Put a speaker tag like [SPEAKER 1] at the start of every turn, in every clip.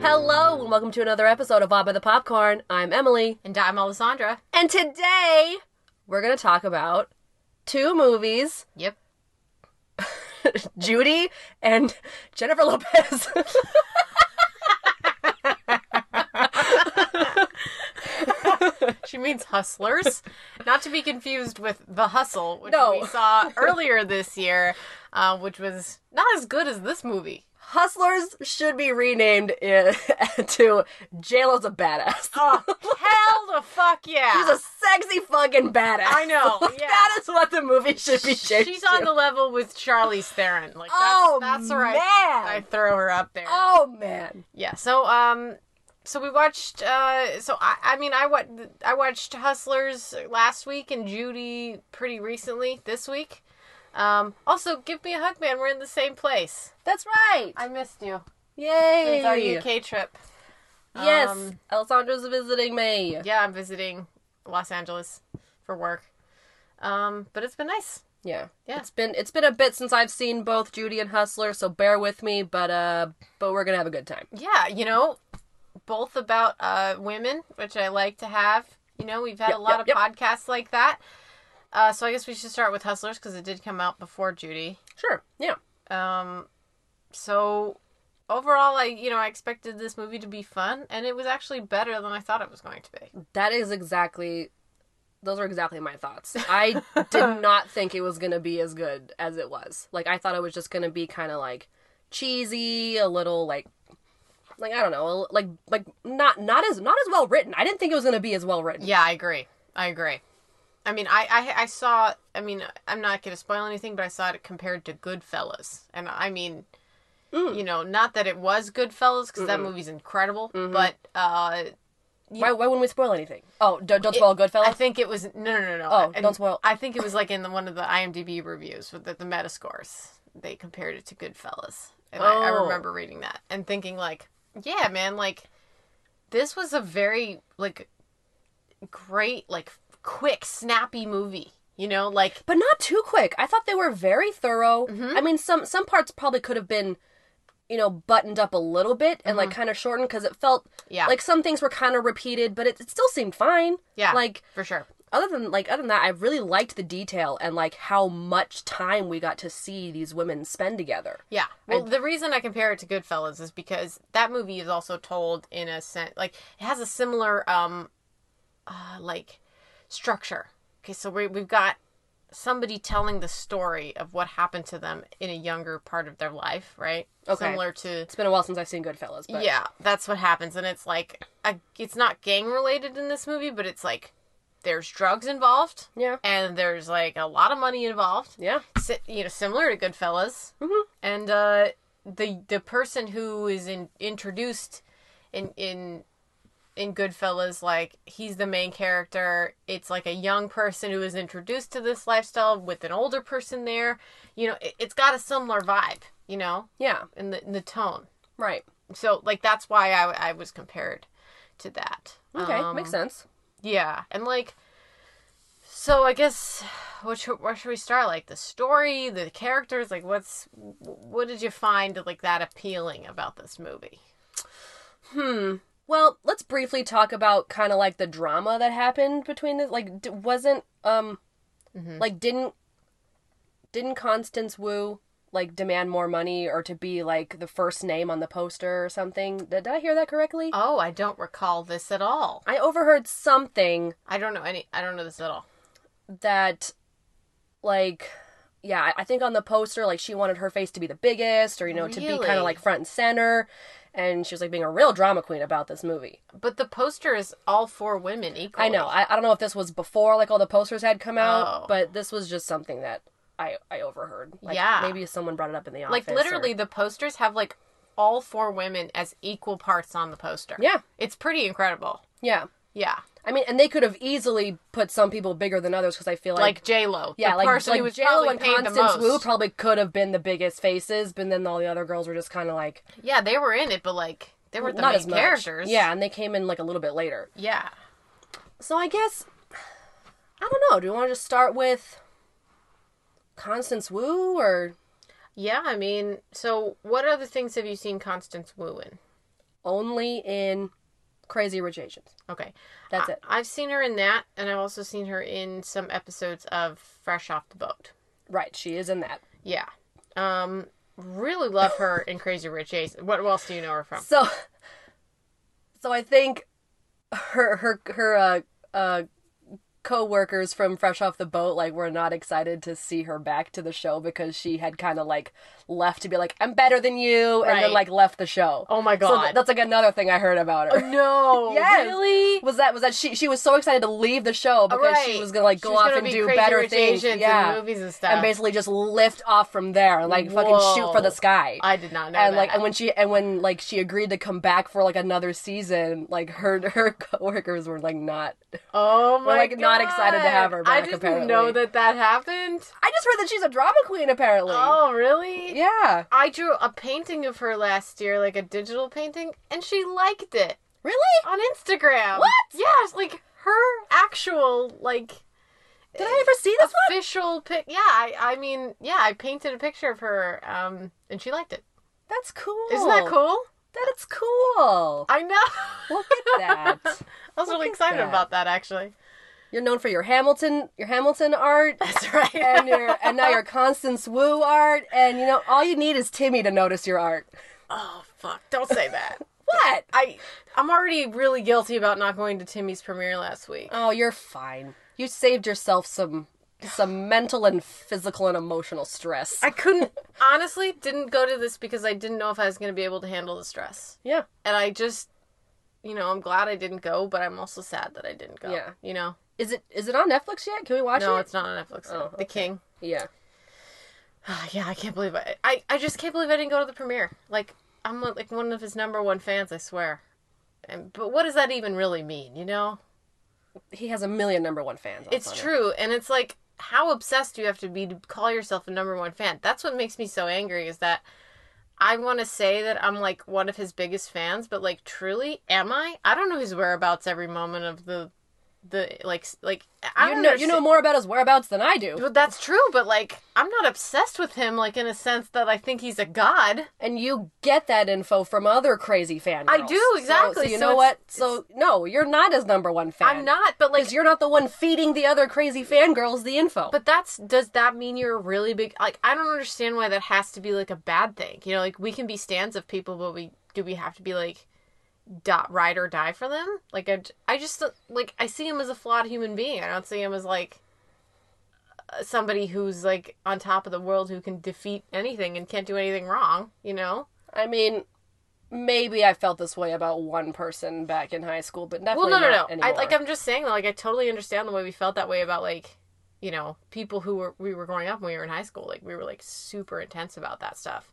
[SPEAKER 1] Hello, and welcome to another episode of Bob by the Popcorn. I'm Emily,
[SPEAKER 2] And I'm Alessandra.
[SPEAKER 1] and today we're going to talk about two movies
[SPEAKER 2] Yep.
[SPEAKER 1] Judy and Jennifer Lopez.
[SPEAKER 2] She means hustlers. Not to be confused with The Hustle, which
[SPEAKER 1] No.
[SPEAKER 2] we saw earlier this year, uh, which was not as good as this movie.
[SPEAKER 1] Hustlers should be renamed uh, to JLo's a Badass.
[SPEAKER 2] Ah. Hell the fuck yeah.
[SPEAKER 1] She's a sexy fucking badass.
[SPEAKER 2] I know, yeah.
[SPEAKER 1] that is what the movie should be changed
[SPEAKER 2] She's on
[SPEAKER 1] to.
[SPEAKER 2] the level with Charlize Theron. Like that's,
[SPEAKER 1] Oh,
[SPEAKER 2] that's where I,
[SPEAKER 1] man.
[SPEAKER 2] I throw her up there.
[SPEAKER 1] Oh man.
[SPEAKER 2] Yeah. So um, so we watched. Uh, so I, I mean, I what I watched Hustlers last week and Judy pretty recently this week. Um, also, give me a hug, man. We're in the same place.
[SPEAKER 1] That's right.
[SPEAKER 2] I missed you.
[SPEAKER 1] Yay.
[SPEAKER 2] It's our UK trip.
[SPEAKER 1] Yes.
[SPEAKER 2] Um,
[SPEAKER 1] Alessandra's visiting me.
[SPEAKER 2] Yeah, I'm visiting Los Angeles for work. Um, but it's been nice.
[SPEAKER 1] Yeah.
[SPEAKER 2] Yeah.
[SPEAKER 1] It's been it's been a bit since I've seen both Judy and Hustler, so bear with me, but uh but we're gonna have a good time.
[SPEAKER 2] Yeah, you know, both about uh, women, which I like to have. You know, we've had
[SPEAKER 1] Yep,
[SPEAKER 2] a lot
[SPEAKER 1] yep, yep.
[SPEAKER 2] of podcasts like that. Uh, so I guess we should start with Hustlers because it did come out before Judy.
[SPEAKER 1] Sure. Yeah.
[SPEAKER 2] Um, so overall, I you know I expected this movie to be fun, and it was actually better than I thought it was going to be.
[SPEAKER 1] That is exactly those are exactly my thoughts. I did not think it was gonna be as good as it was. Like I thought it was just gonna be kinda like cheesy, a little like like I don't know, like like not not as not as well written. I didn't think it was gonna be as well written.
[SPEAKER 2] Yeah, I agree. I agree. I mean, I, I I saw. I mean, I'm not going to spoil anything, but I saw it compared to Goodfellas, and I mean, you know, not that it was Goodfellas because that movie's incredible, but uh,
[SPEAKER 1] Why, why wouldn't we spoil anything? Oh, don't, don't spoil Goodfellas.
[SPEAKER 2] I think it was no, no, no, no.
[SPEAKER 1] Oh,
[SPEAKER 2] I-
[SPEAKER 1] don't spoil.
[SPEAKER 2] I think it was like in the, one of the IMDb reviews with the, the Metascores. They compared it to Goodfellas, and I, I
[SPEAKER 1] Oh.
[SPEAKER 2] remember reading that and thinking like, yeah, man, like this was a very like great, like quick, snappy movie. You know, like
[SPEAKER 1] but not too quick. I thought they were very thorough.
[SPEAKER 2] Mm-hmm.
[SPEAKER 1] I mean, some some parts probably could have been, you know, buttoned up a little bit and like kind of shortened because it felt
[SPEAKER 2] Mm-hmm. Yeah.
[SPEAKER 1] like some things were kind of repeated, but it, it still seemed fine.
[SPEAKER 2] yeah,
[SPEAKER 1] like
[SPEAKER 2] for sure.
[SPEAKER 1] other than like other than that, I really liked the detail and like how much time we got to see these women spend together.
[SPEAKER 2] Yeah. Well, the reason I compare it to Goodfellas is because that movie is also told in a sense like it has a similar um uh like structure. Okay, so we we've got somebody telling the story of what happened to them in a younger part of their life, right?
[SPEAKER 1] Okay.
[SPEAKER 2] Similar to
[SPEAKER 1] It's been a while since I've seen Goodfellas, but
[SPEAKER 2] yeah, that's what happens, and it's like a, it's not gang related in this movie, but it's like there's drugs involved,
[SPEAKER 1] Yeah.
[SPEAKER 2] and there's like a lot of money involved,
[SPEAKER 1] yeah,
[SPEAKER 2] si- you know, similar to Goodfellas, mm-hmm. and uh, the the person who is in, introduced in in in Goodfellas, like he's the main character. It's like a young person who is introduced to this lifestyle with an older person there. You know, it, it's got a similar vibe. You know,
[SPEAKER 1] yeah,
[SPEAKER 2] in the in the tone.
[SPEAKER 1] right.
[SPEAKER 2] So like that's why I I was compared to that.
[SPEAKER 1] Okay,
[SPEAKER 2] Um,
[SPEAKER 1] makes sense.
[SPEAKER 2] yeah, and like, so I guess, what should, where should we start? Like the story, the characters. Like, what's what did you find like that appealing about this movie?
[SPEAKER 1] Well, let's briefly talk about kind of like the drama that happened between the like d- wasn't um like didn't didn't Constance Wu like demand more money or to be like the first name on the poster or something? Did I hear that correctly?
[SPEAKER 2] Oh, I don't recall this at all.
[SPEAKER 1] I overheard something
[SPEAKER 2] I don't know any. I don't know this at all.
[SPEAKER 1] that like yeah, I- I think on the poster like she wanted her face to be the biggest or you know to be kind
[SPEAKER 2] Really?
[SPEAKER 1] of like front and center and she was like being a real drama queen about this movie.
[SPEAKER 2] But the poster is all four women equally.
[SPEAKER 1] I know. I, I don't know if this was before like all the posters had come out,
[SPEAKER 2] Oh.
[SPEAKER 1] but this was just something that I I overheard. Like,
[SPEAKER 2] Yeah.
[SPEAKER 1] maybe someone brought it up in the office.
[SPEAKER 2] like
[SPEAKER 1] or-
[SPEAKER 2] literally, the posters have like all four women as equal parts on the poster.
[SPEAKER 1] Yeah,
[SPEAKER 2] It's pretty incredible.
[SPEAKER 1] yeah.
[SPEAKER 2] Yeah.
[SPEAKER 1] I mean, and they could have easily put some people bigger than others because I feel
[SPEAKER 2] Like,
[SPEAKER 1] like,
[SPEAKER 2] J Lo.
[SPEAKER 1] yeah,
[SPEAKER 2] the
[SPEAKER 1] like
[SPEAKER 2] person
[SPEAKER 1] like
[SPEAKER 2] who was
[SPEAKER 1] J-Lo
[SPEAKER 2] probably
[SPEAKER 1] and
[SPEAKER 2] paid the
[SPEAKER 1] Constance Wu
[SPEAKER 2] most.
[SPEAKER 1] probably could have been the biggest faces, but then all the other girls were just kind of like
[SPEAKER 2] yeah, they were in it, but like they were the
[SPEAKER 1] not
[SPEAKER 2] main
[SPEAKER 1] as much.
[SPEAKER 2] characters.
[SPEAKER 1] Yeah, and they came in like a little bit later.
[SPEAKER 2] Yeah.
[SPEAKER 1] So I guess I don't know. Do you want to just start with Constance Wu or
[SPEAKER 2] Yeah, I mean, so what other things have you seen Constance Wu in?
[SPEAKER 1] only in Crazy Rich Asians?
[SPEAKER 2] Okay.
[SPEAKER 1] That's
[SPEAKER 2] I-
[SPEAKER 1] it.
[SPEAKER 2] I've seen her in that, and I've also seen her in some episodes of Fresh Off the Boat.
[SPEAKER 1] Right, she is in that.
[SPEAKER 2] Yeah. Um, really love her in Crazy Rich Asians. What else do you know her from?
[SPEAKER 1] So, so I think her her her uh uh co-workers from fresh off the boat like were not excited to see her back to the show because she had kind of like left to be like i'm better than you and
[SPEAKER 2] Right.
[SPEAKER 1] then like left the show
[SPEAKER 2] Oh my
[SPEAKER 1] So
[SPEAKER 2] God. Oh,
[SPEAKER 1] th- that's like another thing i heard about her
[SPEAKER 2] No,
[SPEAKER 1] Yes.
[SPEAKER 2] really?
[SPEAKER 1] was that was that she she was so excited to leave the show because she
[SPEAKER 2] Right.
[SPEAKER 1] was gonna like
[SPEAKER 2] She
[SPEAKER 1] go
[SPEAKER 2] was
[SPEAKER 1] off
[SPEAKER 2] gonna
[SPEAKER 1] and
[SPEAKER 2] be
[SPEAKER 1] do
[SPEAKER 2] Crazy
[SPEAKER 1] better
[SPEAKER 2] Rich
[SPEAKER 1] things,
[SPEAKER 2] Asians and
[SPEAKER 1] yeah,
[SPEAKER 2] movies and stuff.
[SPEAKER 1] basically just lift off from there and like fucking shoot for the
[SPEAKER 2] Whoa.
[SPEAKER 1] sky.
[SPEAKER 2] I did not know
[SPEAKER 1] and like
[SPEAKER 2] that.
[SPEAKER 1] and when she and when like she agreed to come back for like another season, like her her coworkers were like not.
[SPEAKER 2] Oh my
[SPEAKER 1] like, not excited to have
[SPEAKER 2] God.
[SPEAKER 1] her back,
[SPEAKER 2] I didn't
[SPEAKER 1] apparently.
[SPEAKER 2] know that that happened.
[SPEAKER 1] I just heard that she's a drama queen apparently.
[SPEAKER 2] Oh, really?
[SPEAKER 1] Yeah,
[SPEAKER 2] I drew a painting of her last year, like a digital painting, and she liked it
[SPEAKER 1] really?
[SPEAKER 2] on Instagram.
[SPEAKER 1] What?
[SPEAKER 2] Yeah, it's like her actual like
[SPEAKER 1] Did I ever see this one?
[SPEAKER 2] official pic. Yeah, I, I mean, yeah, I painted a picture of her, um, and she liked it.
[SPEAKER 1] That's cool.
[SPEAKER 2] Isn't that cool?
[SPEAKER 1] That's cool.
[SPEAKER 2] I know.
[SPEAKER 1] Look at that.
[SPEAKER 2] I was really
[SPEAKER 1] at
[SPEAKER 2] excited
[SPEAKER 1] that.
[SPEAKER 2] about that actually.
[SPEAKER 1] You're known for your Hamilton your Hamilton art.
[SPEAKER 2] That's right.
[SPEAKER 1] and your and now your Constance Wu art, and you know all you need is Timmy to notice your art.
[SPEAKER 2] oh fuck! Don't say that.
[SPEAKER 1] What?
[SPEAKER 2] I I'm already really guilty about not going to Timmy's premiere last week.
[SPEAKER 1] Oh, you're fine. You saved yourself some some mental and physical and emotional stress.
[SPEAKER 2] I couldn't honestly didn't go to this because I didn't know if I was going to be able to handle the stress.
[SPEAKER 1] yeah,
[SPEAKER 2] And I just you know, I'm glad I didn't go, but I'm also sad that I didn't go.
[SPEAKER 1] Yeah.
[SPEAKER 2] You know.
[SPEAKER 1] is it is it on Netflix yet? Can we watch
[SPEAKER 2] No,
[SPEAKER 1] it?
[SPEAKER 2] it's not on Netflix.
[SPEAKER 1] Oh,
[SPEAKER 2] The King.
[SPEAKER 1] yeah.
[SPEAKER 2] Ah, yeah, I can't believe I, I I just can't believe I didn't go to the premiere. Like I'm like one of his number one fans, I swear. And but what does that even really mean, you know?
[SPEAKER 1] He has a million number one fans. on
[SPEAKER 2] It's
[SPEAKER 1] Sonic.
[SPEAKER 2] true, and it's like how obsessed do you have to be to call yourself a number one fan? That's what makes me so angry is that I want to say that I'm like one of his biggest fans, but like truly, am I? I don't know his whereabouts every moment of the the like s- like I
[SPEAKER 1] You
[SPEAKER 2] don't
[SPEAKER 1] know, you know
[SPEAKER 2] understand-
[SPEAKER 1] more about his whereabouts than I do,
[SPEAKER 2] But that's true, but like I'm not obsessed with him like in a sense that I think he's a god.
[SPEAKER 1] and you get that info from other crazy fans.
[SPEAKER 2] I do,
[SPEAKER 1] So,
[SPEAKER 2] exactly.
[SPEAKER 1] you
[SPEAKER 2] So
[SPEAKER 1] know
[SPEAKER 2] it's-
[SPEAKER 1] what? So no, you're not his number one fan.
[SPEAKER 2] I'm not, but like
[SPEAKER 1] because you're not the one feeding the other crazy fangirls the info.
[SPEAKER 2] But that's does that mean you're a really big like I don't understand why that has to be like a bad thing. You know, like we can be stands of people, but we do we have to be like dot ride or die for them? Like I, j- I just don't- like I see him as a flawed human being. I don't see him as like uh, somebody who's like on top of the world who can defeat anything and can't do anything wrong, you know?
[SPEAKER 1] I mean, maybe I felt this way about one person back in high school, but
[SPEAKER 2] Well,
[SPEAKER 1] definitely
[SPEAKER 2] no, no,
[SPEAKER 1] not
[SPEAKER 2] no. I,
[SPEAKER 1] anymore.
[SPEAKER 2] like I'm just saying, like I totally understand the way we felt that way about like, you know, people who were we were growing up when we were in high school. Like we were like super intense about that stuff.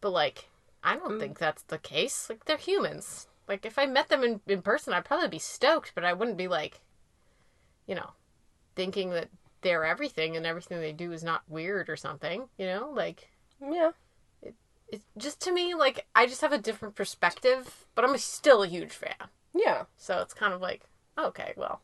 [SPEAKER 2] But like, I
[SPEAKER 1] Mm.
[SPEAKER 2] don't think that's the case. Like they're humans. Like if I met them in in person, I'd probably be stoked, but I wouldn't be like, you know, thinking that they're everything and everything they do is not weird or something. You know, like
[SPEAKER 1] yeah.
[SPEAKER 2] it just to me like I just have a different perspective, but I'm still a huge fan.
[SPEAKER 1] Yeah.
[SPEAKER 2] So it's kind of like, okay, well.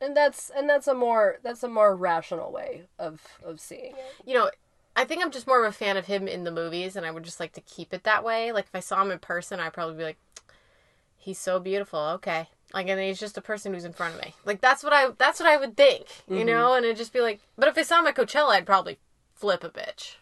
[SPEAKER 1] And that's and that's a more that's a more rational way of of seeing it.
[SPEAKER 2] you know, I think I'm just more of a fan of him in the movies, and I would just like to keep it that way. Like if I saw him in person, I'd probably be like, "He's so beautiful." Okay, like and he's just a person who's in front of me. Like that's what I that's what I would think, you
[SPEAKER 1] Mm-hmm.
[SPEAKER 2] know. And it'd just be like, but if I saw him at Coachella, I'd probably flip a bitch,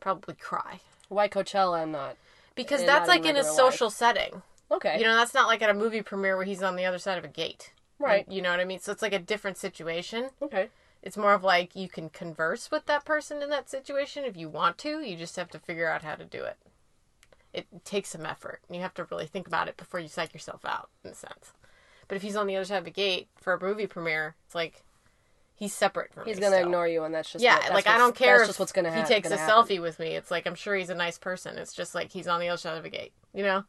[SPEAKER 2] probably cry
[SPEAKER 1] Why Coachella and not?
[SPEAKER 2] because
[SPEAKER 1] And
[SPEAKER 2] that's
[SPEAKER 1] not in
[SPEAKER 2] like in a
[SPEAKER 1] regular life.
[SPEAKER 2] social setting.
[SPEAKER 1] Okay.
[SPEAKER 2] You know, that's not like at a movie premiere where he's on the other side of a gate.
[SPEAKER 1] Right.
[SPEAKER 2] You know what I mean? So it's like a different situation.
[SPEAKER 1] okay.
[SPEAKER 2] It's more of like you can converse with that person in that situation if you want to. You just have to figure out how to do it. it takes some effort. And you have to really think about it before you psych yourself out, in a sense. But if he's on the other side of a gate for a movie premiere, it's like he's separate from
[SPEAKER 1] He's
[SPEAKER 2] me
[SPEAKER 1] gonna
[SPEAKER 2] still.
[SPEAKER 1] ignore you, and that's just
[SPEAKER 2] Yeah,
[SPEAKER 1] what- that's
[SPEAKER 2] like I
[SPEAKER 1] what's-
[SPEAKER 2] don't care
[SPEAKER 1] That's
[SPEAKER 2] if
[SPEAKER 1] just what's gonna happen.
[SPEAKER 2] he takes a selfie with me. It's like I'm sure he's a nice person. It's just like he's on the other side of a gate, you know?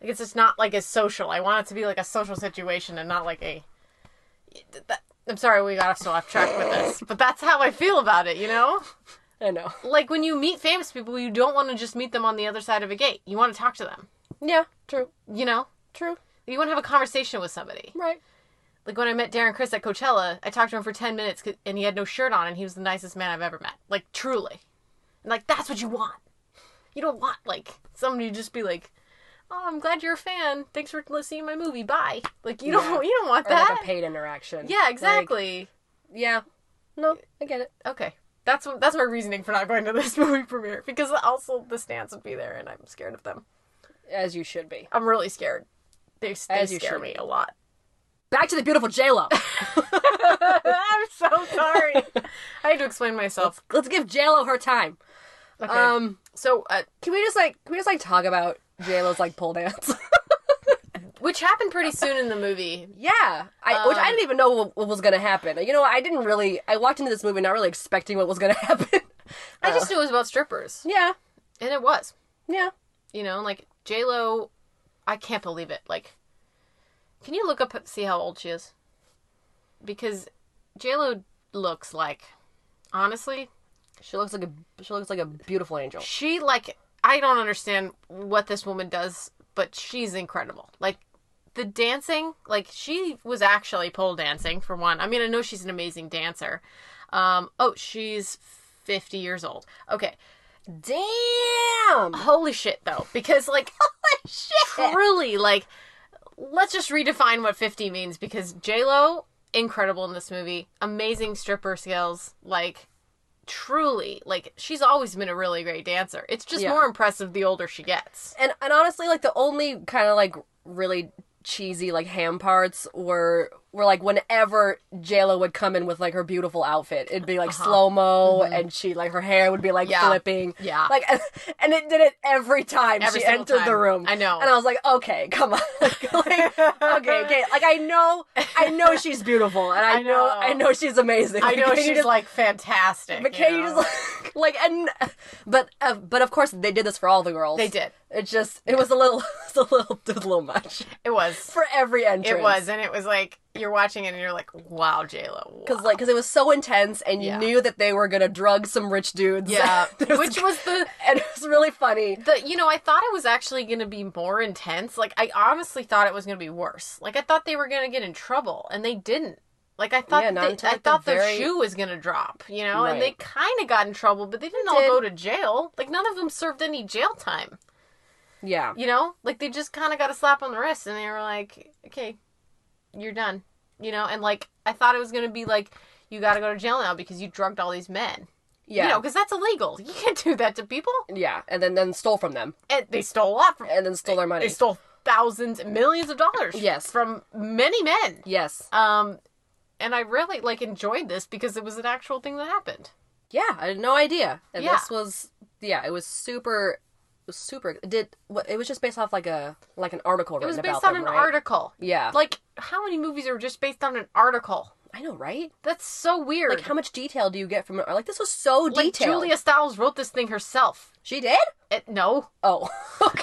[SPEAKER 2] Like it's just not like a social. I want it to be like a social situation and not like a. that- I'm sorry we got so off track with this, but that's how I feel about it, you know?
[SPEAKER 1] I know.
[SPEAKER 2] Like when you meet famous people, you don't want to just meet them on the other side of a gate. You want to talk to them,
[SPEAKER 1] Yeah, true,
[SPEAKER 2] you know?
[SPEAKER 1] true,
[SPEAKER 2] You want to have a conversation with somebody.
[SPEAKER 1] right.
[SPEAKER 2] Like when I met Darren Chris at Coachella, I talked to him for 10 minutes 'cause- and he had no shirt on and he was the nicest man I've ever met. Like truly. And like that's what you want. You don't want like somebody to just be like, "Oh, I'm glad you're a fan. Thanks for seeing my movie. Bye." Like you don't you don't want
[SPEAKER 1] Or
[SPEAKER 2] that.
[SPEAKER 1] like a paid interaction.
[SPEAKER 2] yeah, exactly.
[SPEAKER 1] Like, yeah. No, I get it.
[SPEAKER 2] okay. That's what, that's my reasoning for not going to this movie premiere because also the stands would be there and I'm scared of them.
[SPEAKER 1] As you should be.
[SPEAKER 2] I'm really scared. They, they
[SPEAKER 1] As you
[SPEAKER 2] scare
[SPEAKER 1] should
[SPEAKER 2] me
[SPEAKER 1] be.
[SPEAKER 2] a lot.
[SPEAKER 1] Back to the beautiful J Lo.
[SPEAKER 2] I'm so sorry. I had to explain myself.
[SPEAKER 1] Let's give J Lo her time.
[SPEAKER 2] Okay.
[SPEAKER 1] Um,
[SPEAKER 2] so uh,
[SPEAKER 1] can we just like can we just like talk about J Lo's like pole dance?
[SPEAKER 2] which happened pretty soon in the movie.
[SPEAKER 1] yeah, I, which I didn't even know what, what was gonna happen. You know, I didn't really. I walked into this movie not really expecting what was gonna happen.
[SPEAKER 2] I just knew it was about strippers,
[SPEAKER 1] yeah,
[SPEAKER 2] and it was.
[SPEAKER 1] yeah.
[SPEAKER 2] You know, like J Lo, I can't believe it. Like, can you look up see how old she is? Because J Lo looks like, honestly,
[SPEAKER 1] She looks like a she looks like a beautiful angel.
[SPEAKER 2] she like I don't understand what this woman does, but she's incredible. Like the dancing, like she was actually pole dancing for one. I mean, I know she's an amazing dancer. Um, oh, she's fifty years old. Okay,
[SPEAKER 1] Damn.
[SPEAKER 2] holy shit though because like holy shit truly like let's just redefine what 50 means because j-lo incredible in this movie amazing stripper skills like truly like she's always been a really great dancer it's just
[SPEAKER 1] Yeah.
[SPEAKER 2] more impressive the older she gets
[SPEAKER 1] and and honestly, like the only kind of like really cheesy like ham parts were were like whenever JLo would come in with like her beautiful outfit, it'd be like slow mo, and she like her hair would be like
[SPEAKER 2] Uh-huh. Mm-hmm. Yeah.
[SPEAKER 1] flipping,
[SPEAKER 2] Yeah.
[SPEAKER 1] like and it did it every time
[SPEAKER 2] Every
[SPEAKER 1] she
[SPEAKER 2] single
[SPEAKER 1] entered the
[SPEAKER 2] time.
[SPEAKER 1] room.
[SPEAKER 2] I know.
[SPEAKER 1] and I was like, okay, come on, like, okay, okay, like I know, I know she's beautiful, and I,
[SPEAKER 2] I
[SPEAKER 1] know,
[SPEAKER 2] know.
[SPEAKER 1] I know she's amazing.
[SPEAKER 2] i know
[SPEAKER 1] Can you
[SPEAKER 2] she's
[SPEAKER 1] just-
[SPEAKER 2] like fantastic
[SPEAKER 1] but can you just like, like and but uh, but of course they did this for all the girls.
[SPEAKER 2] They did.
[SPEAKER 1] It just it was a little it was a little it was a little much
[SPEAKER 2] it was
[SPEAKER 1] for every entrance.
[SPEAKER 2] it was and it was like you're watching it and you're like wow j-lo wow.
[SPEAKER 1] because like because it was so intense and you
[SPEAKER 2] Yeah.
[SPEAKER 1] knew that they were gonna drug some rich dudes.
[SPEAKER 2] yeah
[SPEAKER 1] It was-
[SPEAKER 2] which was the
[SPEAKER 1] and it was really funny.
[SPEAKER 2] The you know, I thought it was actually going to be more intense. Like I honestly thought it was going to be worse. Like I thought they were going to get in trouble and they didn't. Like I thought
[SPEAKER 1] Yeah, not
[SPEAKER 2] they-
[SPEAKER 1] until,
[SPEAKER 2] I
[SPEAKER 1] like, the
[SPEAKER 2] thought their
[SPEAKER 1] very-
[SPEAKER 2] shoe was going to drop, you know? And they
[SPEAKER 1] Right.
[SPEAKER 2] kind of got in trouble, but they didn't all
[SPEAKER 1] did.
[SPEAKER 2] go to jail. Like none of them served any jail time,
[SPEAKER 1] Yeah.
[SPEAKER 2] you know? Like they just kind of got a slap on the wrist and they were like, "Okay, you're done." You know? And like I thought it was going to be like you got to go to jail now because you drugged all these men.
[SPEAKER 1] Yeah.
[SPEAKER 2] You know, because that's illegal. You can't do that to people.
[SPEAKER 1] yeah. And then then stole from them
[SPEAKER 2] And they stole a lot from
[SPEAKER 1] and then stole their money.
[SPEAKER 2] They stole thousands, millions of dollars.
[SPEAKER 1] Yes.
[SPEAKER 2] from many men.
[SPEAKER 1] yes.
[SPEAKER 2] Um, and I really like enjoyed this because it was an actual thing that happened.
[SPEAKER 1] Yeah, I had no idea. And
[SPEAKER 2] Yeah.
[SPEAKER 1] this was yeah, it was super it was super it did what it was just based off like a like an article
[SPEAKER 2] It was
[SPEAKER 1] written about
[SPEAKER 2] based on
[SPEAKER 1] them,
[SPEAKER 2] an
[SPEAKER 1] right?
[SPEAKER 2] article.
[SPEAKER 1] Yeah.
[SPEAKER 2] Like, how many movies are just based on an article?
[SPEAKER 1] I know, right?
[SPEAKER 2] That's so weird.
[SPEAKER 1] Like how much detail do you get from it? Like this was so
[SPEAKER 2] Like,
[SPEAKER 1] detailed.
[SPEAKER 2] Julia Stiles wrote this thing herself.
[SPEAKER 1] She did?
[SPEAKER 2] It, no,
[SPEAKER 1] Oh. okay.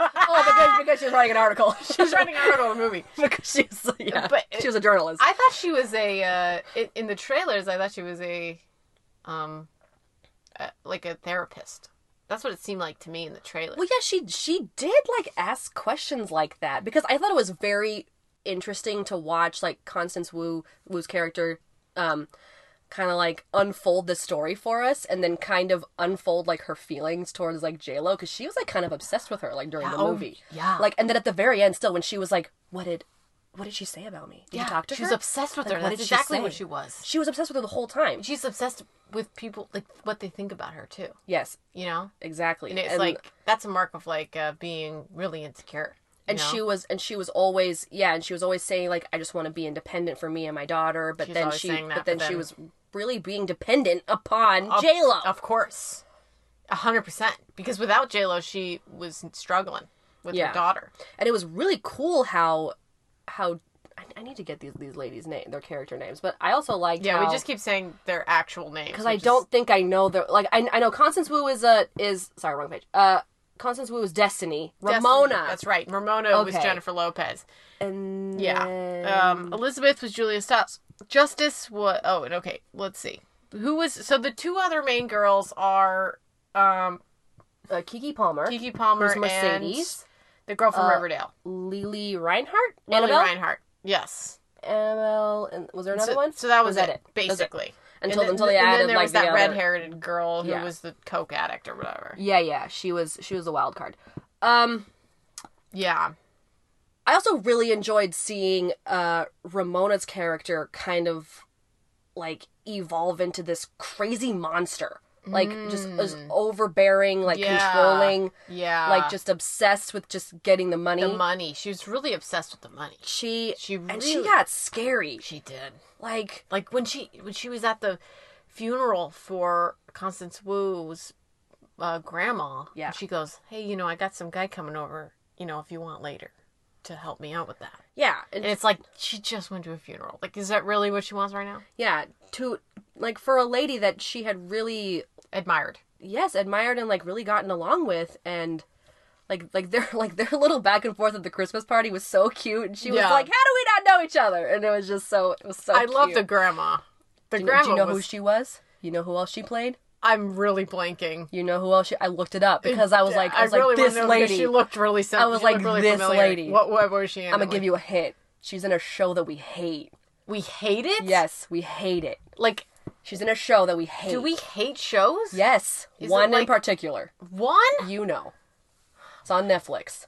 [SPEAKER 1] oh, because because she was writing an article. She
[SPEAKER 2] she's writing an article in a movie.
[SPEAKER 1] because she was yeah.
[SPEAKER 2] But-
[SPEAKER 1] she was a journalist.
[SPEAKER 2] I thought she was a uh, in, in the trailers. I thought she was a, um, uh like a therapist. That's what it seemed like to me in the trailer.
[SPEAKER 1] well, yeah, she she did like ask questions like that because I thought it was very interesting to watch like Constance Wu Wu's character um kind of like unfold the story for us and then kind of unfold like her feelings towards like J-Lo because she was like kind of obsessed with her like during the
[SPEAKER 2] Oh,
[SPEAKER 1] movie
[SPEAKER 2] yeah.
[SPEAKER 1] like and then at the very end still when she was like what did what did she say about me did you talk to
[SPEAKER 2] she
[SPEAKER 1] her
[SPEAKER 2] was obsessed with
[SPEAKER 1] Like,
[SPEAKER 2] her.
[SPEAKER 1] what
[SPEAKER 2] That's
[SPEAKER 1] did she
[SPEAKER 2] exactly what
[SPEAKER 1] say?
[SPEAKER 2] she was.
[SPEAKER 1] she was obsessed with her the whole time
[SPEAKER 2] She's obsessed with people, like what they think about her too.
[SPEAKER 1] yes
[SPEAKER 2] You know,
[SPEAKER 1] exactly
[SPEAKER 2] and it's like that's a mark of like uh, being really insecure. you
[SPEAKER 1] and
[SPEAKER 2] know?
[SPEAKER 1] she was and she was always yeah and she was always saying like i just want to be independent for me and my daughter but
[SPEAKER 2] She's
[SPEAKER 1] then
[SPEAKER 2] always
[SPEAKER 1] she
[SPEAKER 2] saying that,
[SPEAKER 1] but then
[SPEAKER 2] but
[SPEAKER 1] she
[SPEAKER 2] then-
[SPEAKER 1] was really being dependent upon j-lo
[SPEAKER 2] of course, hundred percent. Because without J Lo, she was struggling with
[SPEAKER 1] Yeah.
[SPEAKER 2] her daughter.
[SPEAKER 1] and it was really cool how how I, I need to get these these ladies' name their character names, but I also liked
[SPEAKER 2] Yeah,
[SPEAKER 1] how-
[SPEAKER 2] we just keep saying their actual names
[SPEAKER 1] because I
[SPEAKER 2] which is-
[SPEAKER 1] don't think I know the like I, I know Constance Wu is a is sorry wrong page uh Constance Wu is Destiny
[SPEAKER 2] Destiny,
[SPEAKER 1] Ramona
[SPEAKER 2] That's right. Ramona was
[SPEAKER 1] Okay.
[SPEAKER 2] Jennifer Lopez.
[SPEAKER 1] and
[SPEAKER 2] Yeah. Um, Elizabeth was Julia Stiles. Justice was. Oh, and okay. Let's see. Who was. So the two other main girls are um,
[SPEAKER 1] uh, Kiki Palmer
[SPEAKER 2] Kiki Palmer
[SPEAKER 1] who's Mercedes
[SPEAKER 2] and the girl from Riverdale.
[SPEAKER 1] Lily Reinhart
[SPEAKER 2] Lily
[SPEAKER 1] Annabelle
[SPEAKER 2] Reinhart. Yes.
[SPEAKER 1] Annabelle and was there another
[SPEAKER 2] so,
[SPEAKER 1] one
[SPEAKER 2] So that was,
[SPEAKER 1] that
[SPEAKER 2] it,
[SPEAKER 1] That was it.
[SPEAKER 2] basically.
[SPEAKER 1] until
[SPEAKER 2] and then,
[SPEAKER 1] until they
[SPEAKER 2] and
[SPEAKER 1] added
[SPEAKER 2] then there
[SPEAKER 1] like
[SPEAKER 2] was
[SPEAKER 1] the
[SPEAKER 2] that
[SPEAKER 1] other-
[SPEAKER 2] red-haired girl who
[SPEAKER 1] Yeah.
[SPEAKER 2] was the coke addict or whatever.
[SPEAKER 1] yeah yeah she was she was a wild card um
[SPEAKER 2] Yeah.
[SPEAKER 1] I also really enjoyed seeing uh, Ramona's character kind of like evolve into this crazy monster, like just as overbearing, like
[SPEAKER 2] Mm. Yeah.
[SPEAKER 1] controlling,
[SPEAKER 2] Yeah.
[SPEAKER 1] like just obsessed with just getting the money.
[SPEAKER 2] the money. She was really obsessed with the money.
[SPEAKER 1] she
[SPEAKER 2] She
[SPEAKER 1] and she
[SPEAKER 2] really-
[SPEAKER 1] got scary.
[SPEAKER 2] She did.
[SPEAKER 1] Like
[SPEAKER 2] like when she when she was at the funeral for Constance Wu's uh, grandma.
[SPEAKER 1] Yeah.
[SPEAKER 2] She goes, "Hey, you know, I got some guy coming over. You know, if you want later, to help me out with that."
[SPEAKER 1] yeah, and,
[SPEAKER 2] And it's like she just went to a funeral. Like, is that really what she wants right now?
[SPEAKER 1] yeah, to like for a lady that she had really
[SPEAKER 2] Admired.
[SPEAKER 1] yes admired and like really gotten along with and like like their like their little back and forth at the christmas party was so cute and she was
[SPEAKER 2] Yeah.
[SPEAKER 1] like how do we not know each other and it was just so it was so
[SPEAKER 2] I love the
[SPEAKER 1] cute.
[SPEAKER 2] grandma. The
[SPEAKER 1] do you,
[SPEAKER 2] grandma
[SPEAKER 1] do you know
[SPEAKER 2] was.
[SPEAKER 1] who she was you know who else she played
[SPEAKER 2] I'm really blanking.
[SPEAKER 1] you know who else she i looked it up because i was like i was
[SPEAKER 2] really
[SPEAKER 1] like this
[SPEAKER 2] wanna know because
[SPEAKER 1] lady
[SPEAKER 2] She looked really similar.
[SPEAKER 1] I was like,
[SPEAKER 2] really
[SPEAKER 1] this
[SPEAKER 2] familiar.
[SPEAKER 1] lady.
[SPEAKER 2] What, what was she in?
[SPEAKER 1] i'm gonna give you a hint she's in a show that we hate
[SPEAKER 2] We hate it.
[SPEAKER 1] yes we hate it
[SPEAKER 2] Like,
[SPEAKER 1] she's in a show that we hate
[SPEAKER 2] do we hate shows?
[SPEAKER 1] yes
[SPEAKER 2] Is it
[SPEAKER 1] one in
[SPEAKER 2] like-
[SPEAKER 1] particular
[SPEAKER 2] One.
[SPEAKER 1] you know it's on netflix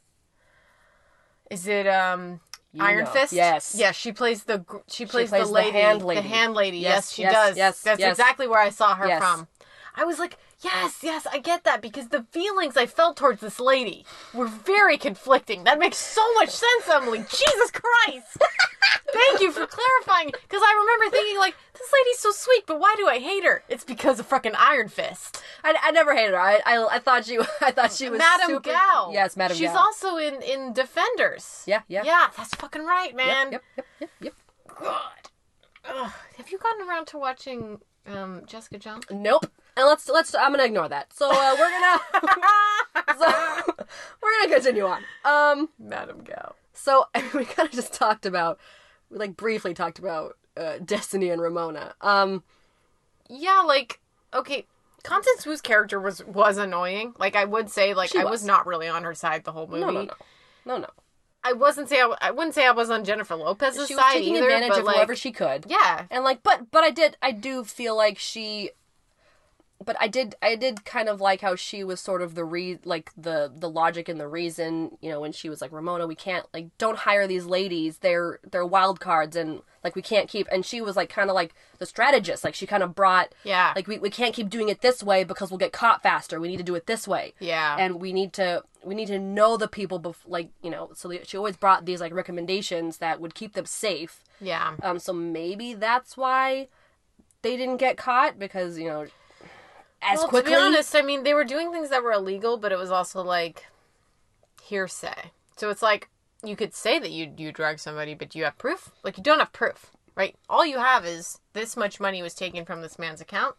[SPEAKER 2] Is it um
[SPEAKER 1] You
[SPEAKER 2] Iron
[SPEAKER 1] know.
[SPEAKER 2] Fist?
[SPEAKER 1] Yes.
[SPEAKER 2] Yeah, she plays the gr- she plays,
[SPEAKER 1] plays
[SPEAKER 2] the
[SPEAKER 1] the
[SPEAKER 2] lady,
[SPEAKER 1] hand lady.
[SPEAKER 2] the hand lady. Yes,
[SPEAKER 1] Yes,
[SPEAKER 2] she
[SPEAKER 1] yes,
[SPEAKER 2] does.
[SPEAKER 1] yes,
[SPEAKER 2] that's
[SPEAKER 1] yes.
[SPEAKER 2] exactly where I saw her
[SPEAKER 1] Yes.
[SPEAKER 2] from. I was like, yes, yes, I get that because the feelings I felt towards this lady were very conflicting. That makes so much sense, Emily. Jesus Christ. Thank you for clarifying because I remember thinking like this lady's so sweet, but why do I hate her? It's because of fucking Iron Fist.
[SPEAKER 1] I, I never hated her. I, I I thought she I thought she was
[SPEAKER 2] Madam
[SPEAKER 1] super,
[SPEAKER 2] Gao.
[SPEAKER 1] Yes, Madam
[SPEAKER 2] She's
[SPEAKER 1] Gao.
[SPEAKER 2] also in in Defenders.
[SPEAKER 1] Yeah, yeah.
[SPEAKER 2] Yeah, that's fucking right, man.
[SPEAKER 1] Yep, yep, yep, yep.
[SPEAKER 2] God. Ugh. Have you gotten around to watching um, Jessica Jones?
[SPEAKER 1] Nope. And let's let's I'm gonna ignore that. So uh, we're gonna so, we're gonna continue on. Um.
[SPEAKER 2] Madam Gal.
[SPEAKER 1] So we kind of just talked about we like briefly talked about uh, Destiny and Ramona. Um.
[SPEAKER 2] Yeah, like okay, Constance Wu's character was was annoying. Like I would say, like
[SPEAKER 1] She
[SPEAKER 2] I was
[SPEAKER 1] was.
[SPEAKER 2] not really on her side the whole movie.
[SPEAKER 1] No, no, no, no, no.
[SPEAKER 2] I wasn't say I, I wouldn't say I was on Jennifer Lopez's
[SPEAKER 1] She was
[SPEAKER 2] side
[SPEAKER 1] taking
[SPEAKER 2] either.
[SPEAKER 1] advantage
[SPEAKER 2] but
[SPEAKER 1] of
[SPEAKER 2] like,
[SPEAKER 1] whoever she could.
[SPEAKER 2] yeah,
[SPEAKER 1] and like but but i did i do feel like she but i did i did kind of like how she was sort of the re like the the logic and the reason you know when she was like ramona we can't like don't hire these ladies they're they're wild cards and like we can't keep and she was like kind of like the strategist like she kind of brought
[SPEAKER 2] yeah,
[SPEAKER 1] like we, we can't keep doing it this way because we'll get caught faster we need to do it this way
[SPEAKER 2] yeah,
[SPEAKER 1] and we need to we need to know the people bef- like you know so she always brought these like recommendations that would keep them safe
[SPEAKER 2] yeah.
[SPEAKER 1] um, so maybe that's why they didn't get caught because you know, as
[SPEAKER 2] well,
[SPEAKER 1] quickly.
[SPEAKER 2] to be honest, I mean, they were doing things that were illegal, but it was also like hearsay. So it's like you could say that you you drugged somebody, but do you have proof? Like you don't have proof, right? All you have is this much money was taken from this man's account.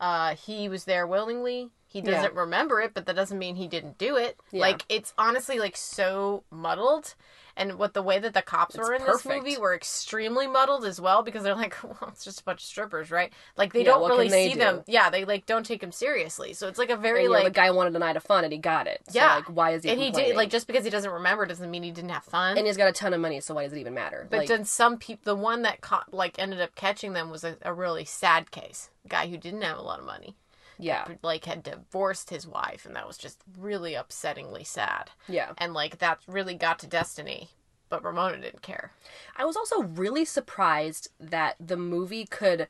[SPEAKER 2] Uh, he was there willingly. He
[SPEAKER 1] Yeah.
[SPEAKER 2] doesn't remember it, but that doesn't mean he didn't do it.
[SPEAKER 1] Yeah.
[SPEAKER 2] Like it's honestly like so muddled, and what the way that the cops were in this
[SPEAKER 1] perfect.
[SPEAKER 2] movie were extremely muddled as well because they're like, well, it's just a bunch of strippers, right? Like they
[SPEAKER 1] Yeah,
[SPEAKER 2] don't
[SPEAKER 1] what can
[SPEAKER 2] really
[SPEAKER 1] they
[SPEAKER 2] see
[SPEAKER 1] do?
[SPEAKER 2] them yeah, they like don't take him seriously. So it's like a
[SPEAKER 1] and,
[SPEAKER 2] very
[SPEAKER 1] you know,
[SPEAKER 2] like
[SPEAKER 1] the guy wanted a night of fun and he got it. So,
[SPEAKER 2] yeah.
[SPEAKER 1] like why is he?
[SPEAKER 2] And he did
[SPEAKER 1] complaining?
[SPEAKER 2] like just because he doesn't remember doesn't mean he didn't have fun.
[SPEAKER 1] and he's got a ton of money, so why does it even matter?
[SPEAKER 2] but
[SPEAKER 1] like,
[SPEAKER 2] then some people, the one that caught like ended up catching them was a, a really sad case. A guy who didn't have a lot of money,
[SPEAKER 1] yeah,
[SPEAKER 2] like had divorced his wife, and that was just really upsettingly sad.
[SPEAKER 1] yeah.
[SPEAKER 2] And like that really got to Destiny, but Ramona didn't care.
[SPEAKER 1] I was also really surprised that the movie could